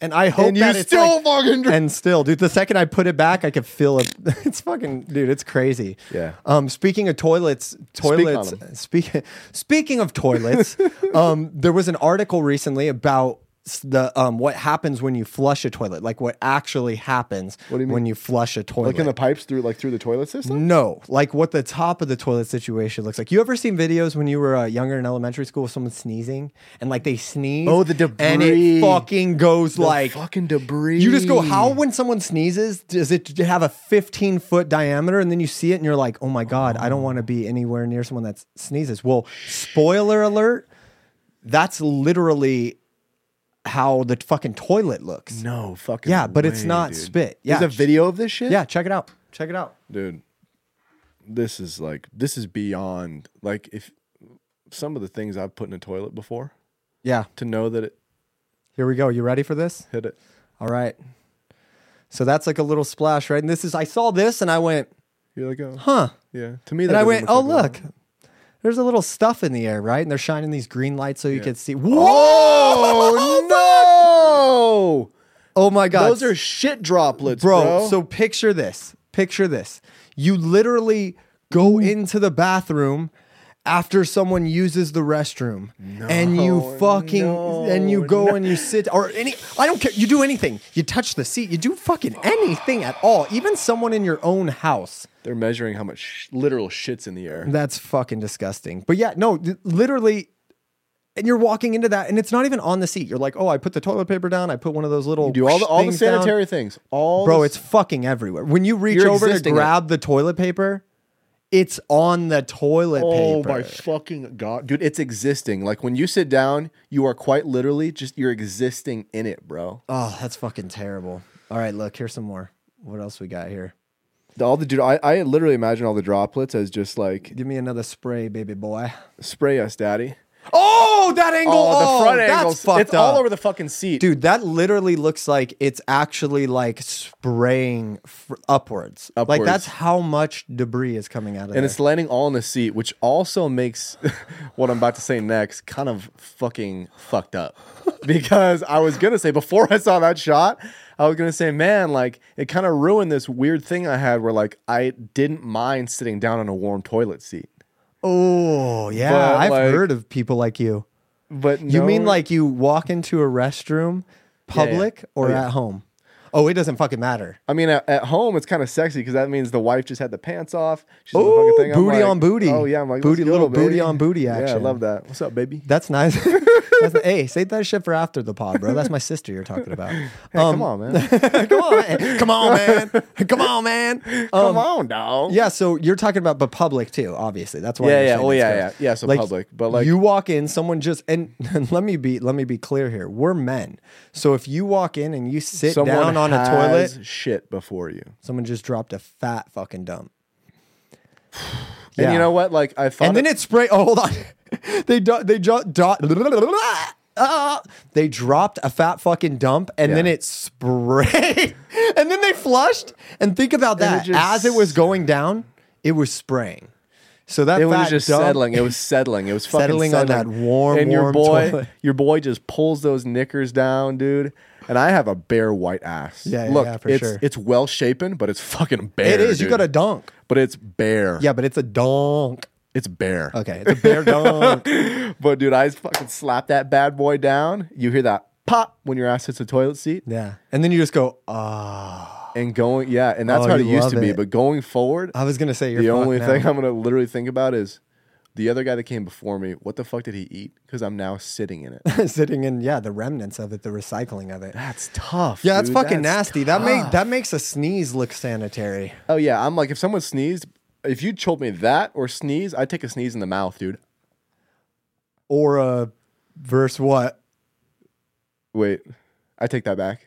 A: And I hope
B: And you
A: that it's
B: still
A: like-
B: fucking dri-
A: and still, dude. The second I put it back, I could feel it. (laughs) It's fucking, dude. It's crazy.
B: Yeah.
A: Um. Speaking of toilets,
B: on
A: toilets. Speaking. (laughs) Speaking of
B: (laughs)
A: toilets, um, there was an article recently about s- the um what happens when you flush a toilet, like what actually happens
B: What do you mean?
A: when you flush a toilet.
B: Like in the pipes through like through the toilet system.
A: No, like what the top of the toilet situation looks like. You ever seen videos when you were uh, younger in elementary school, someone sneezing and like they sneeze?
B: Oh, the
A: And it
B: debris.
A: fucking goes like
B: fucking debris.
A: You just go, how when someone sneezes, does it have a 15 foot diameter? And then you see it and you're like, oh my God, I don't want to be anywhere near someone that sneezes. Well, spoiler alert, that's literally how the fucking toilet looks.
B: No fucking.
A: Yeah, but it's
B: way,
A: not
B: dude.
A: spit. Yeah.
B: There's a video of this shit.
A: Yeah, check it out. Check it out.
B: dude. This is like this is beyond like if some of the things I've put in a toilet before
A: Yeah.
B: to know that it
A: Here we go. You ready for this?
B: hit it.
A: All right. So that's like a little splash, right? And this is I saw this and I went,
B: You're like, oh,
A: huh.
B: yeah. To me, that
A: And I went,
B: doesn't
A: oh
B: look like
A: look. There's a little stuff in the air, right? And they're
B: Oh!
A: Oh, shining these green lights so you can see.
B: that.
A: Whoa!
B: (laughs) Oh no!
A: Oh my God.
B: Those are shit droplets, bro.
A: bro, So picture this. Picture this. You literally go into the bathroom after someone uses the restroom and you fucking and you go and you sit or any I don't care you do anything you touch the seat you do fucking anything at all even someone in your own house
B: they're measuring how much sh- literal shit's in the air.
A: that's fucking disgusting but yeah no th- literally and you're walking into that and it's not even on the seat you're like oh I put the toilet paper down I put one of those little
B: Do all the all the
A: things down.
B: sanitary things. All
A: Bro,
B: the-
A: it's fucking everywhere. When you reach
B: You're
A: over to
B: existing it.
A: grab the toilet paper, it's on the toilet
B: Oh
A: paper.
B: my fucking god, dude! It's existing. Like when you sit down, you are quite literally just you're existing in it, bro.
A: Oh, that's fucking terrible. All right, look, here's some more. What else we got here?
B: The- All the dude, I, I literally imagine all the droplets as just like
A: Give me another spray, baby boy.
B: spray us, daddy.
A: Oh, that angle. Oh,
B: the front
A: that's
B: angle,
A: fucked
B: it's all
A: up.
B: over the fucking seat,
A: Dude, that literally looks like it's actually like spraying fr- upwards. Like
B: Upwards.
A: that's how much debris is coming out of
B: And
A: there.
B: it's landing all in the seat, which also makes (laughs) what I'm about to say next kind of fucking
A: (laughs)
B: fucked up. Because I was gonna say before I saw that shot, I was gonna say, man, like it kind of ruined this weird thing I had where like I didn't mind sitting down on a warm toilet seat.
A: oh, yeah.
B: But,
A: I've
B: like-
A: heard of people like you.
B: But
A: You mean
B: no-
A: like you walk into a restroom,
B: Yeah, yeah.
A: public or
B: Oh, yeah.
A: at home? Oh, it doesn't fucking matter.
B: I mean, at, at home it's kind of sexy because that means the wife just had the pants off. She's doing the
A: Ooh,
B: fucking thing. I'm
A: booty
B: like,
A: on booty.
B: Oh yeah, I'm like
A: Booty-
B: let's go,
A: little booty
B: baby.
A: on booty
B: Yeah, I
A: action.
B: love that. What's up, baby?
A: That's nice. (laughs) That's, hey, save that shit for after the pod, bro. That's my sister you're talking
B: (laughs)
A: about. Um,
B: Come on, man.
A: (laughs)
B: Come
A: come on, come on, man. Come on, man. Um,
B: on, dog.
A: Yeah, so you're talking about but public too, obviously. That's why.
B: Yeah,
A: I'm
B: yeah.
A: saying
B: Oh,
A: it's
B: yeah,
A: gross.
B: yeah. Yeah, so public, but, like-
A: you walk in, someone just and (laughs) let me be let me be clear here. We're men, so if you walk in and you sit down on a toilet,
B: has shit before you.
A: someone just dropped a fat fucking dump.
B: (sighs) And
A: Yeah.
B: you know what? Like I thought
A: and then it spray. Oh, hold on. (laughs) they do, (laughs) they jo- dot. Ah, they dropped a fat fucking dump, and then
B: Yeah.
A: it sprayed, (laughs) and then they flushed. And think about
B: And it
A: that.
B: just-
A: As it was going down, it was spraying. So that
B: it
A: fat
B: was just
A: dump,
B: settling. It was settling. It was
A: (laughs)
B: fucking
A: Settling on that warm, warm
B: And your boy,
A: toilet.
B: (laughs) your boy just pulls those knickers down, dude. And I have a bare white ass.
A: Yeah, yeah,
B: look,
A: yeah, for
B: it's
A: sure.
B: it's well shapen, but it's fucking bare.
A: It is. You
B: dude.
A: got a dunk.
B: but it's bare.
A: Yeah, but it's a dunk.
B: it's bare.
A: Okay, it's a
B: (laughs)
A: bear dunk.
B: But dude, I fucking slap that bad boy down. You hear that pop when your ass hits the toilet seat,
A: Yeah, and then you just go. Ah,
B: and going, yeah, and that's
A: Oh,
B: how it
A: you
B: used to
A: love
B: be.
A: it.
B: But going forward,
A: I was gonna say you're
B: the only
A: fucked
B: thing
A: now.
B: I'm gonna literally think about is the other guy that came before me. What the fuck did he eat? Because I'm now sitting in
A: (laughs)
B: it.
A: sitting in. Yeah, the remnants of it, the recycling of it.
B: That's tough.
A: Yeah, that's
B: dude.
A: fucking
B: That's
A: nasty. That make that makes a sneeze look sanitary.
B: Oh yeah, I'm like if someone sneezed, if you told me that or sneeze, I'd take a sneeze in the mouth, dude.
A: Or a verse what?
B: Wait, I take that back.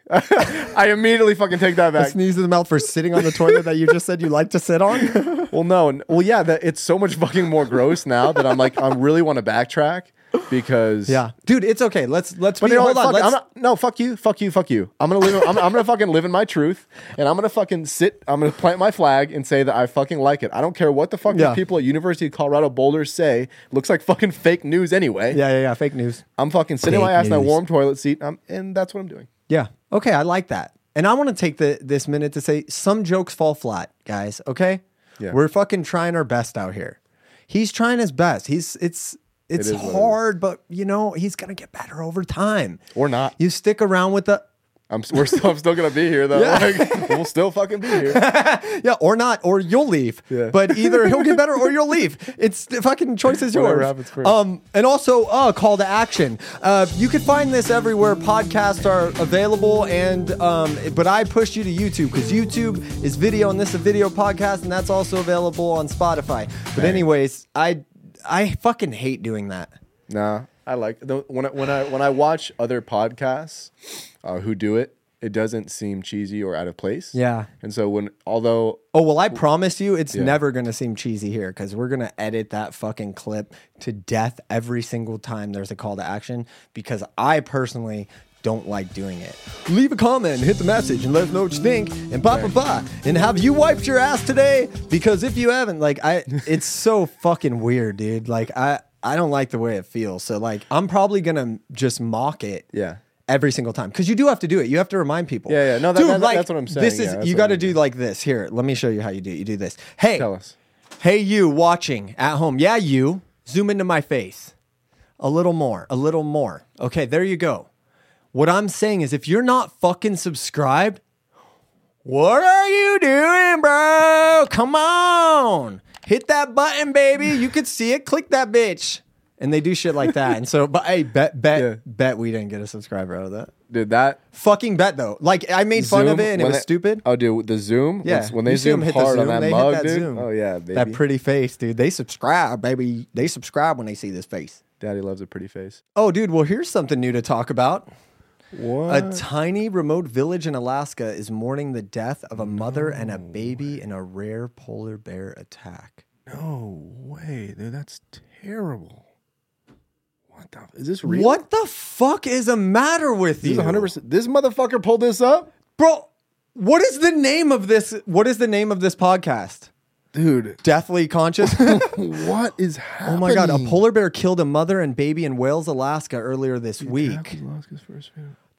B: (laughs) I immediately fucking take that
A: A
B: back.
A: sneeze in the mouth for sitting on the toilet that you just said you like to sit on?
B: Well, no, n- well yeah, that it's so much fucking more gross now that I'm like I really want to backtrack because
A: (laughs) yeah. Dude, it's okay. Let's let's
B: But
A: be,
B: you know
A: hold
B: what?
A: on.
B: Fuck,
A: Let's,
B: I'm not, no, fuck you, fuck you, fuck you. I'm gonna live. I'm, I'm gonna fucking live in my truth, and I'm gonna fucking sit. I'm gonna plant my flag and say that I fucking like it. I don't care what the fuck
A: Yeah.
B: these people at University of Colorado Boulder say. Looks like fucking fake news anyway.
A: yeah, yeah, yeah. Fake news.
B: I'm fucking sitting
A: Fake
B: my ass in that
A: news.
B: warm toilet seat, I'm, and that's what I'm doing.
A: Yeah. Okay, I like that. And I want to take the this minute to say some jokes fall flat, guys. Okay?
B: Yeah.
A: We're fucking trying our best out here. He's trying his best. He's it's it's
B: is what it is.
A: hard, but you know, he's gonna get better over time.
B: Or not.
A: You stick around with the
B: I'm s- we're still I'm still gonna be here though. Like, we'll still fucking
A: (laughs)
B: be here.
A: Yeah, or not, or you'll leave. But either he'll get better or you'll
B: (laughs)
A: leave. It's the fucking choice is
B: Whatever
A: yours.
B: happens first.
A: Um, and also uh, call to action. Uh, you can find this everywhere podcasts are available. And um, but I pushed you to YouTube because YouTube is video and this is a video podcast, and that's also available on Spotify. But anyways, I I fucking hate doing that.
B: Nah, I like the, when I, when I when I watch other podcasts uh, who do it. It doesn't seem cheesy or out of place.
A: Yeah.
B: And so when although
A: Oh well, I promise you, it's never gonna seem cheesy here because we're gonna edit that fucking clip to death every single time there's a call to action because I personally don't like doing it. Leave a comment, hit the message, and let us know what you think. And blah blah blah. And have you wiped your ass today? Because if you haven't, like
B: (laughs)
A: I, it's so fucking weird, dude. Like I, I don't like the way it feels. So like I'm probably gonna just mock it.
B: Yeah.
A: every single time because you do have to do it. You have to remind people.
B: Yeah, yeah. No, that-
A: Dude,
B: that-
A: like,
B: that's what I'm saying.
A: This
B: Yeah,
A: is
B: that's
A: you
B: what
A: got to
B: I'm
A: do like this. Here, let me show you how you do it. You do this. Hey,
B: Tell us.
A: Hey, you watching at home? Yeah, you. Zoom into my face. A little more. A little more. Okay, there you go. What I'm saying is, if you're not fucking subscribed, what are you doing, bro? Come on. Hit that button, baby. You could see it. Click that bitch. And they do shit like that. And so, but hey, bet, bet,
B: Yeah.
A: bet we didn't get a subscriber out of that.
B: Dude, that
A: Fucking bet though. Like I made fun of
B: Zoom,
A: it and it
B: when
A: was
B: they-
A: stupid.
B: Oh, dude, the Zoom.
A: Yeah,
B: Yeah, when they
A: You see 'em
B: zoom hard on that
A: they hit
B: mug,
A: that
B: dude.
A: zoom.
B: Oh yeah, baby.
A: that pretty face, dude. They subscribe, baby. They subscribe when they see this face.
B: Daddy loves a pretty face.
A: Oh, dude. Well, here's something new to talk about.
B: What?
A: A tiny remote village in Alaska is mourning the death of a mother and a baby in a rare polar bear attack.
B: no way, dude. That's terrible. What the? Is this real?
A: What the fuck is the matter with
B: This
A: you?
B: is 100. percent This motherfucker pulled this up,
A: Bro, what is the name of this? What is the name of this podcast?
B: dude.
A: Deathly
B: (laughs)
A: Conscious?
B: What is happening?
A: Oh my god, a polar bear killed a mother and baby in Wales, Alaska earlier this week.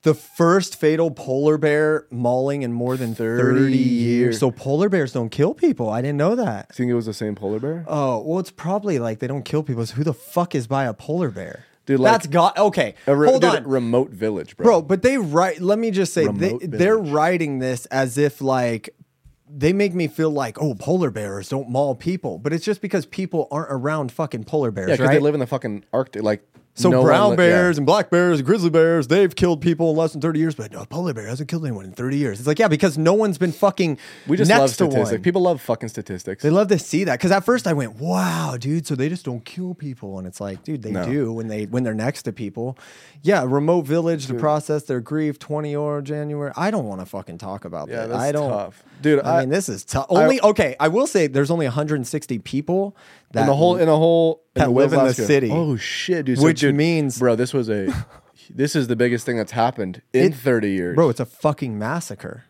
A: The first fatal polar bear mauling in more than 30,
B: 30
A: years.
B: years.
A: So polar bears don't kill people. I didn't know that.
B: Think it was the same polar bear?
A: Oh, well it's probably like they don't kill people. So who the fuck is by a polar bear?
B: Dude, like-
A: That's got okay.
B: a re-
A: Hold
B: dude,
A: on.
B: remote village, bro.
A: Bro, but they write. Let me just say, they,
B: Remote
A: they're
B: village.
A: writing this as if like they make me feel like, oh, polar bears don't maul people, but it's just because people aren't around fucking polar bears,
B: yeah, because
A: right?
B: they live in the fucking Arctic. Like
A: so
B: no one
A: brown
B: li- yeah.
A: bears and black bears, and grizzly bears, they've killed people in less than thirty years, but a polar bear hasn't killed anyone in thirty years. It's like, yeah, because no one's been fucking
B: We just
A: next
B: love
A: to
B: statistics.
A: one.
B: People love fucking statistics.
A: they love to see that because at first I went, "Wow, dude!" So they just don't kill people, and it's like, dude, they
B: No.
A: do when they when they're next to people. Yeah, remote village to process their grief. Twenty or January. I don't want to fucking talk about
B: Yeah,
A: that.
B: that's
A: I don't,
B: tough. Dude,
A: I,
B: I-
A: mean, this is tough. Only okay. I will say there's only 160 people that
B: in the whole in a whole in
A: that
B: the
A: live in the
B: Alaska.
A: city.
B: Oh shit, dude! So,
A: Which
B: dude,
A: means-
B: bro, this was a this is the biggest thing that's happened in
A: It-
B: thirty years,
A: bro. It's a fucking massacre.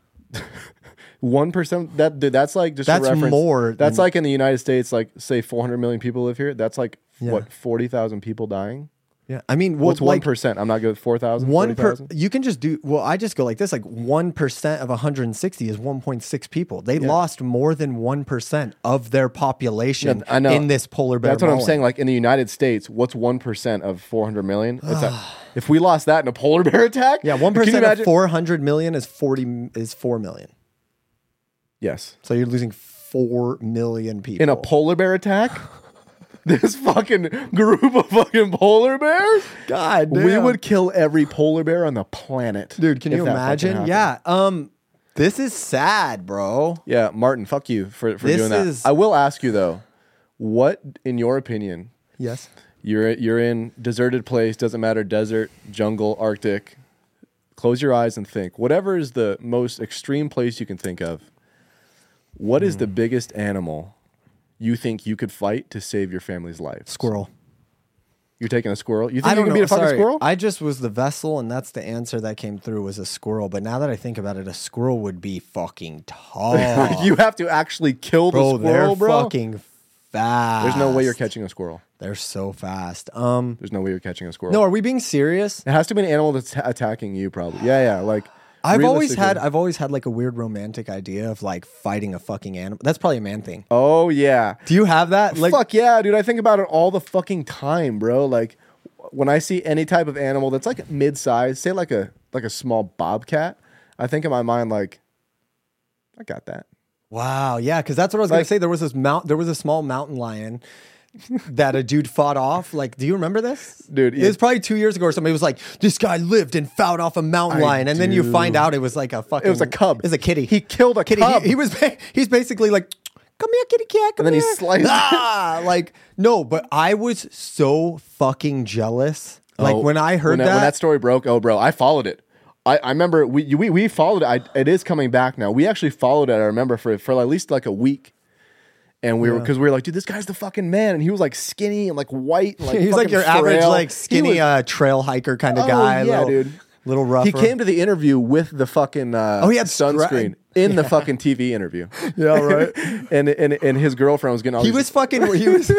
B: One percent that dude, that's like just a
A: That's
B: reference,
A: more
B: That's
A: than-
B: like in the United States, like say four hundred million people live here. That's like what forty thousand people dying.
A: Yeah, I mean, well,
B: What's one
A: like,
B: percent? I'm not good. Four thousand.
A: One per you can just do well. I just go like this: like one percent of 160 is 1.6 people. They lost more than one percent of their population
B: I know.
A: in this polar bear.
B: That's what I'm
A: mauling.
B: saying. Like in the United States, what's one percent of four hundred million?
A: (sighs)
B: It's a, if we lost that in a polar bear attack,
A: Yeah,
B: can
A: one
B: you
A: percent of
B: imagine-
A: 400 million is 40 m- is four million.
B: Yes,
A: So you're losing four million people
B: in a polar bear attack. this fucking group of fucking polar bears.
A: God,
B: We would kill every polar bear on the planet,
A: dude. Can
B: if
A: you
B: that fucking
A: imagine?
B: happened.
A: Yeah. Um, this is sad, bro.
B: Yeah, Martin, fuck you for, for
A: This
B: doing that.
A: is-
B: I will ask you though, what in your opinion,
A: Yes.
B: you're you're in deserted place, doesn't matter, desert, jungle, arctic. Close your eyes and think. Whatever is the most extreme place you can think of. What is
A: Hmm.
B: the biggest animal you think you could fight to save your family's life?
A: Squirrel.
B: You're taking a squirrel? You think
A: I
B: you
A: don't
B: can
A: know.
B: beat a fucking
A: Sorry.
B: squirrel?
A: I just was the vessel, and that's the answer that came through was a squirrel. But now that I think about it, a squirrel would be fucking (laughs) tall.
B: (laughs) you have to actually kill the
A: uh, bro,
B: squirrel,
A: they're
B: bro.
A: fucking fast.
B: There's no way you're catching a squirrel.
A: They're so fast. Um,
B: There's no way you're catching a squirrel.
A: no, are we being serious?
B: It has to be an animal that's attacking you, probably. Yeah, yeah. Like
A: I've always had uh,
B: realistically-
A: I've always had like a weird romantic idea of like fighting a fucking animal. That's probably a man thing.
B: oh yeah.
A: Do you have that? Like
B: Fuck yeah, dude. I think about it all the fucking time, bro. Like when I see any type of animal that's like mid-sized, say like a like a small bobcat, I think in my mind like, I got that.
A: wow, yeah, because that's what I was gonna say. There was this mount there was a small mountain lion that a dude fought off. Like, do you remember this?
B: Dude,
A: It
B: yeah.
A: was probably two years ago or something. It was like, this guy lived and fought off a mountain
B: I
A: lion. And then you
B: do.
A: find out it was like a fucking
B: It was a cub.
A: It was a kitty.
B: He killed a
A: kitty.
B: cub.
A: He, he was ba- he's basically like, come here, kitty cat. Come
B: And then he
A: here."
B: sliced it.
A: Ah, (laughs) like no, but I was so fucking jealous. Like
B: Oh,
A: when I heard
B: when
A: that,
B: when that story broke, oh bro, I followed it. I, I remember we, we we followed it. I, it is coming back now. We actually followed it. I remember for for at least like a week, and we were because we were like, dude, this guy's the fucking man, and he was like skinny and like white. And,
A: (laughs) (laughs)
B: like
A: he's like
B: fucking
A: your average
B: frail.
A: like
B: He
A: skinny
B: was-
A: uh, trail hiker kind of
B: Oh,
A: guy.
B: yeah,
A: little,
B: dude.
A: Little rough.
B: he came to the interview with the fucking uh,
A: Oh, he had scra- (laughs)
B: sunscreen in the fucking TV interview.
A: Yeah, right.
B: (laughs) and and and his girlfriend was getting all
A: He
B: these-
A: was fucking. He was.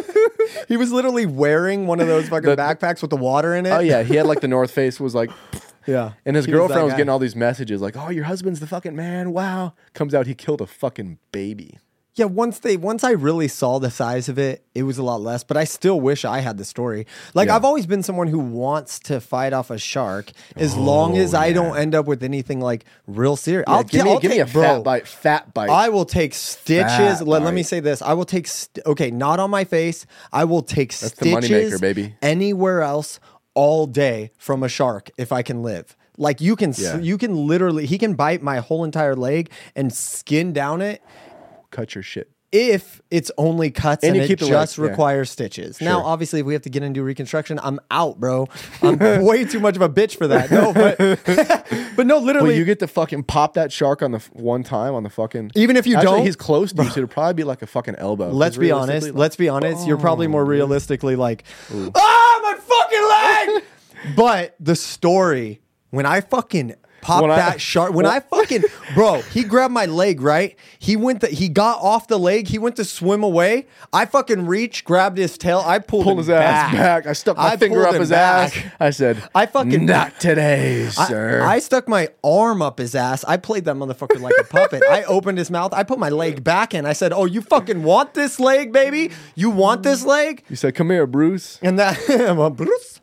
A: he was literally wearing one of those fucking
B: The-
A: backpacks with the water in it.
B: Oh yeah, he had like the North Face was like,
A: (laughs) Yeah.
B: And his
A: He was that
B: girlfriend was,
A: guy.
B: getting all these messages like, "Oh, your husband's the fucking man." Wow. Comes out, he killed a fucking baby.
A: Yeah, once they once I really saw the size of it, it was a lot less, but I still wish I had the story. Like
B: Yeah.
A: I've always been someone who wants to fight off a shark as long as I don't end up with anything like real serious. I'll
B: Oh, give
A: ta-
B: me,
A: I'll
B: give me
A: take-
B: a
A: bro,
B: fat bite. Fat bite.
A: I will take stitches.
B: Fat
A: Let, let me
B: bite.
A: say this. I will take st- okay, not on my face. I will take
B: the moneymaker,
A: stitches
B: baby.
A: anywhere else all day from a shark if I can live. Like you can s
B: Yeah.
A: you can literally he can bite my whole entire leg and skin down it
B: cut your shit.
A: if it's only cuts
B: And
A: and,
B: you
A: it
B: keep the leg,
A: just
B: yeah.
A: requires stitches. Now,
B: Sure.
A: obviously, if we have to get into reconstruction, I'm out,
B: (laughs)
A: bro. I'm way too much of a bitch for that. No, but
B: (laughs)
A: but (laughs) no, literally,
B: Well, you get to fucking pop that shark on the f- one time on the fucking.
A: Even if you
B: Actually,
A: don't-
B: he's close to you, so it'll probably be like a fucking elbow.
A: let's
B: 'Cause
A: be
B: realistically,
A: honest.
B: like, oh,
A: let's be honest. You're probably more realistically like, ah,
B: (laughs)
A: my fucking leg. but the story when I fucking popped
B: When I-
A: that shark, when I
B: (laughs)
A: fucking bro, he grabbed my leg. Right, he went. The, he got off the leg. He went to swim away. I fucking reached, grabbed his tail. I pulled,
B: pull
A: him
B: his ass back. I stuck my finger
A: pulled
B: up
A: him
B: his
A: back.
B: ass. I said,
A: I fucking-
B: not today,
A: I-
B: sir.
A: I, stuck my arm up his ass. I played that motherfucker like a puppet. I opened his mouth. I put my leg back in. I said, "Oh, you fucking want this leg, baby? You want this leg?"
B: you said, come here, Bruce.
A: And that, I'm a Bruce.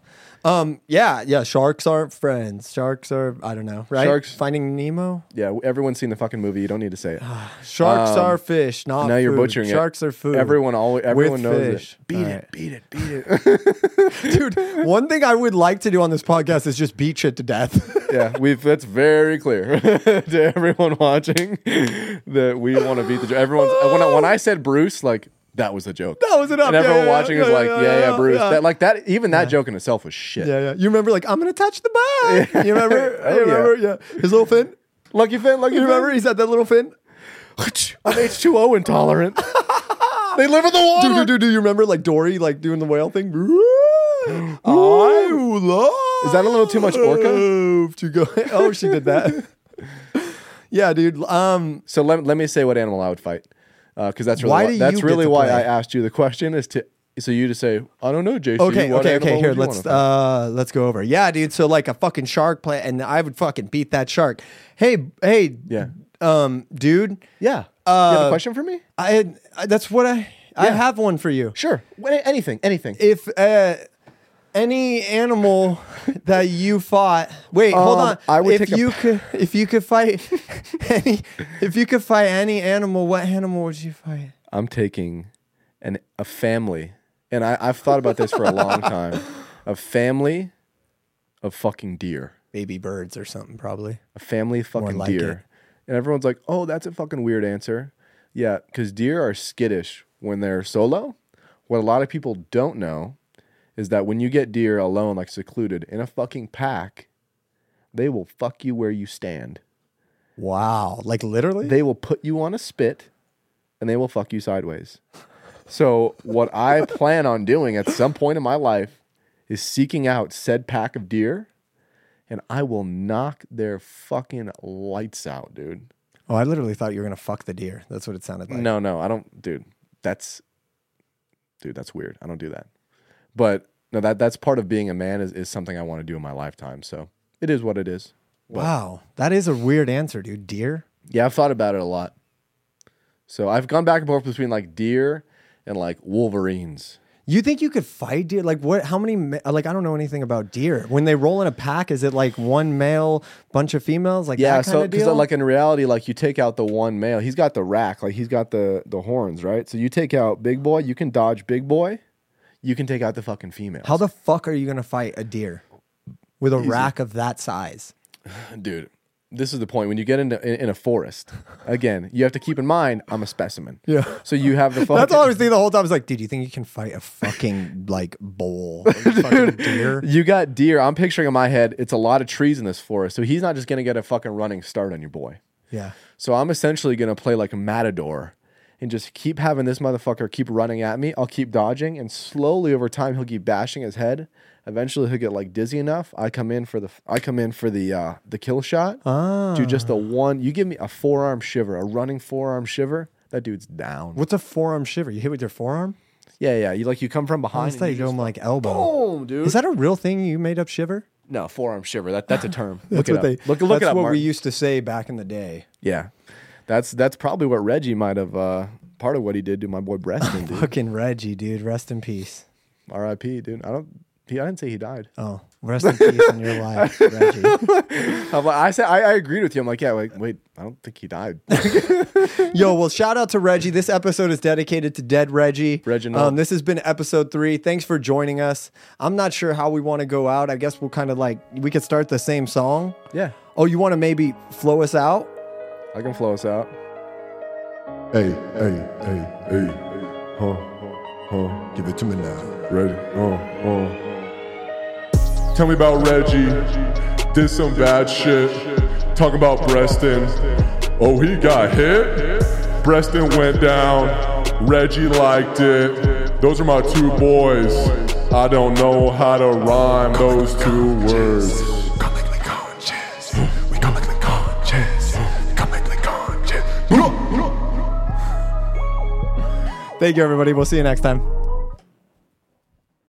A: Um, yeah, yeah. Sharks aren't friends. Sharks are, I don't know, right?
B: Sharks-
A: Finding Nemo.
B: Yeah, everyone's seen the fucking movie. You don't need to say it.
A: Ah. Sharks
B: Um,
A: are fish, not.
B: now
A: food.
B: you're butchering
A: Sharks
B: it.
A: are food.
B: Everyone always,
A: With
B: everyone knows
A: fish.
B: it. Beat
A: All
B: it,
A: right.
B: beat it, beat it.
A: dude. One thing I would like to do on this podcast is just beat shit to death.
B: yeah, we've that's very clear (laughs) to everyone watching that we want to beat the joke. Everyone's uh, when I, when I said Bruce, like that was a joke.
A: That was an up.
B: And
A: Yeah,
B: everyone
A: yeah, yeah.
B: watching is
A: Yeah,
B: like,
A: yeah,
B: yeah,
A: yeah,
B: yeah,
A: yeah,
B: Bruce.
A: yeah.
B: That like that even that joke in itself was shit.
A: yeah, yeah. You remember, like, I'm gonna touch the bug. You remember?
B: Oh,
A: you remember?
B: yeah.
A: yeah. His little fin.
B: Lucky Finn, Lucky
A: You
B: Finn.
A: remember? He's had that little fin.
B: I'm H two
A: (laughs)
B: O intolerant. they live in the water.
A: Dude, dude, dude, do you remember like Dory like doing the whale thing? I love.
B: Is that a little too
A: (laughs)
B: much orca?
A: To
B: (laughs)
A: go. Oh, she did that. (laughs) yeah, dude. Um,
B: So let, let me say what animal I would fight, because that's really
A: Why
B: why,
A: do you
B: that's
A: get
B: really
A: to
B: why
A: play?
B: I asked you the question is to so you to say I don't know, JC.
A: okay,
B: what
A: okay, okay.
B: animal
A: Here,
B: would you
A: let's
B: wanna fight?"
A: uh, let's go over. Yeah, dude. So like a fucking shark play, and I would fucking beat that shark. Hey, hey.
B: Yeah.
A: Um, dude.
B: yeah. you have
A: uh,
B: a question for me?
A: I, I that's what I I
B: Yeah.
A: have one for you.
B: Sure. Wh- Anything. Anything.
A: If uh, any
B: (laughs)
A: animal that you fought, wait, hold
B: Um,
A: on.
B: I would
A: if
B: take a
A: you
B: p-
A: could, if you could fight (laughs) any, if you could fight any animal, what animal would you fight?
B: I'm taking an a family, and I, I've thought about this for a
A: (laughs)
B: long time. A family of fucking deer.
A: Baby birds or something, probably.
B: A family of fucking
A: like
B: deer.
A: it.
B: And everyone's like, oh, that's a fucking weird answer. Yeah, because deer are skittish when they're solo. What a lot of people don't know is that when you get deer alone, like secluded in a fucking pack, they will fuck you where you stand.
A: Wow, like literally.
B: they will put you on a spit and they will fuck you sideways. So, what
A: (laughs)
B: I plan on doing at some point in my life is seeking out said pack of deer and I will knock their fucking lights out, dude.
A: oh, I literally thought you were gonna fuck the deer. That's what it sounded like.
B: No, no, I don't, dude. That's, dude, that's weird. I don't do that. But no, that that's part of being a man is, is something I want to do in my lifetime. So, it is what it is.
A: Wow, that is a weird answer, dude. Deer.
B: Yeah, I've thought about it a lot. So I've gone back and forth between like deer and like wolverines.
A: You think you could fight deer? Like what? How many? ma- Like I don't know anything about deer. When they roll in a pack, is it like one male, bunch of females? Like
B: Yeah,
A: that
B: so
A: kinda
B: because
A: deal?
B: like in reality, like you take out the one male, he's got the rack, like he's got the the horns, right? So you take out big boy, you can dodge big boy, you can take out the fucking female.
A: How the fuck are you gonna fight a deer with a rack of that size?
B: dude? This is the point when you get into in, in a forest. Again, you have to keep in mind I'm a specimen.
A: Yeah.
B: So you have the fucking.
A: That's all I was thinking the whole time. I was like, dude, you think you can fight a fucking (laughs) like bull, like, a fucking deer?
B: You got deer. I'm picturing in my head. It's a lot of trees in this forest, so he's not just gonna get a fucking running start on your boy.
A: Yeah.
B: So I'm essentially going to play like a matador and just keep having this motherfucker keep running at me. I'll keep dodging, and slowly over time he'll keep bashing his head. Eventually he'll get like dizzy enough. I come in for the I come in for the uh, the kill shot.
A: Ah.
B: Dude, just the one. You give me a forearm shiver, a running forearm shiver. That dude's down.
A: What's a forearm shiver? You hit with your forearm?
B: Yeah, yeah. You like you come from
A: I
B: behind.
A: just thought
B: and
A: you
B: you
A: go
B: just-
A: like elbow.
B: boom, dude.
A: Is that a real thing you made up shiver?
B: No, forearm shiver. That that's a term.
A: (laughs) That's
B: look it
A: what
B: up.
A: they.
B: look look
A: that's
B: it up.
A: what we
B: Martin.
A: used to say back in the day.
B: yeah, that's that's probably what Reggie might have. Uh, part of what he did to my boy Breston, dude.
A: Fucking Reggie, dude. Rest in peace.
B: R.I.P. Dude, I don't. He, I didn't say he died. (laughs)
A: Oh, rest in peace in your life, Reggie.
B: I'm like, I said I, I agreed with you. I'm like, yeah, like wait, I don't think he died.
A: Yo, well, shout out to Reggie. This episode is dedicated to dead Reggie.
B: Reginald.
A: Um, this has been episode three. Thanks for joining us. I'm not sure how we want to go out. I guess we'll kind of like, we could start the same song.
B: yeah,
A: Oh, you want to maybe flow us out?
B: I can flow us out.
C: Hey, hey, hey, hey. Huh, huh. Give it to me now. Ready? Uh, uh. Tell me about Reggie. Did some bad shit. Talk about Breston. Oh, he got hit. Breston went down. Reggie liked it. Those are my two boys. I don't know how to rhyme those two words.
D: Comically conscious. We comically conscious. Comically conscious.
A: Thank you, everybody. We'll see you next time.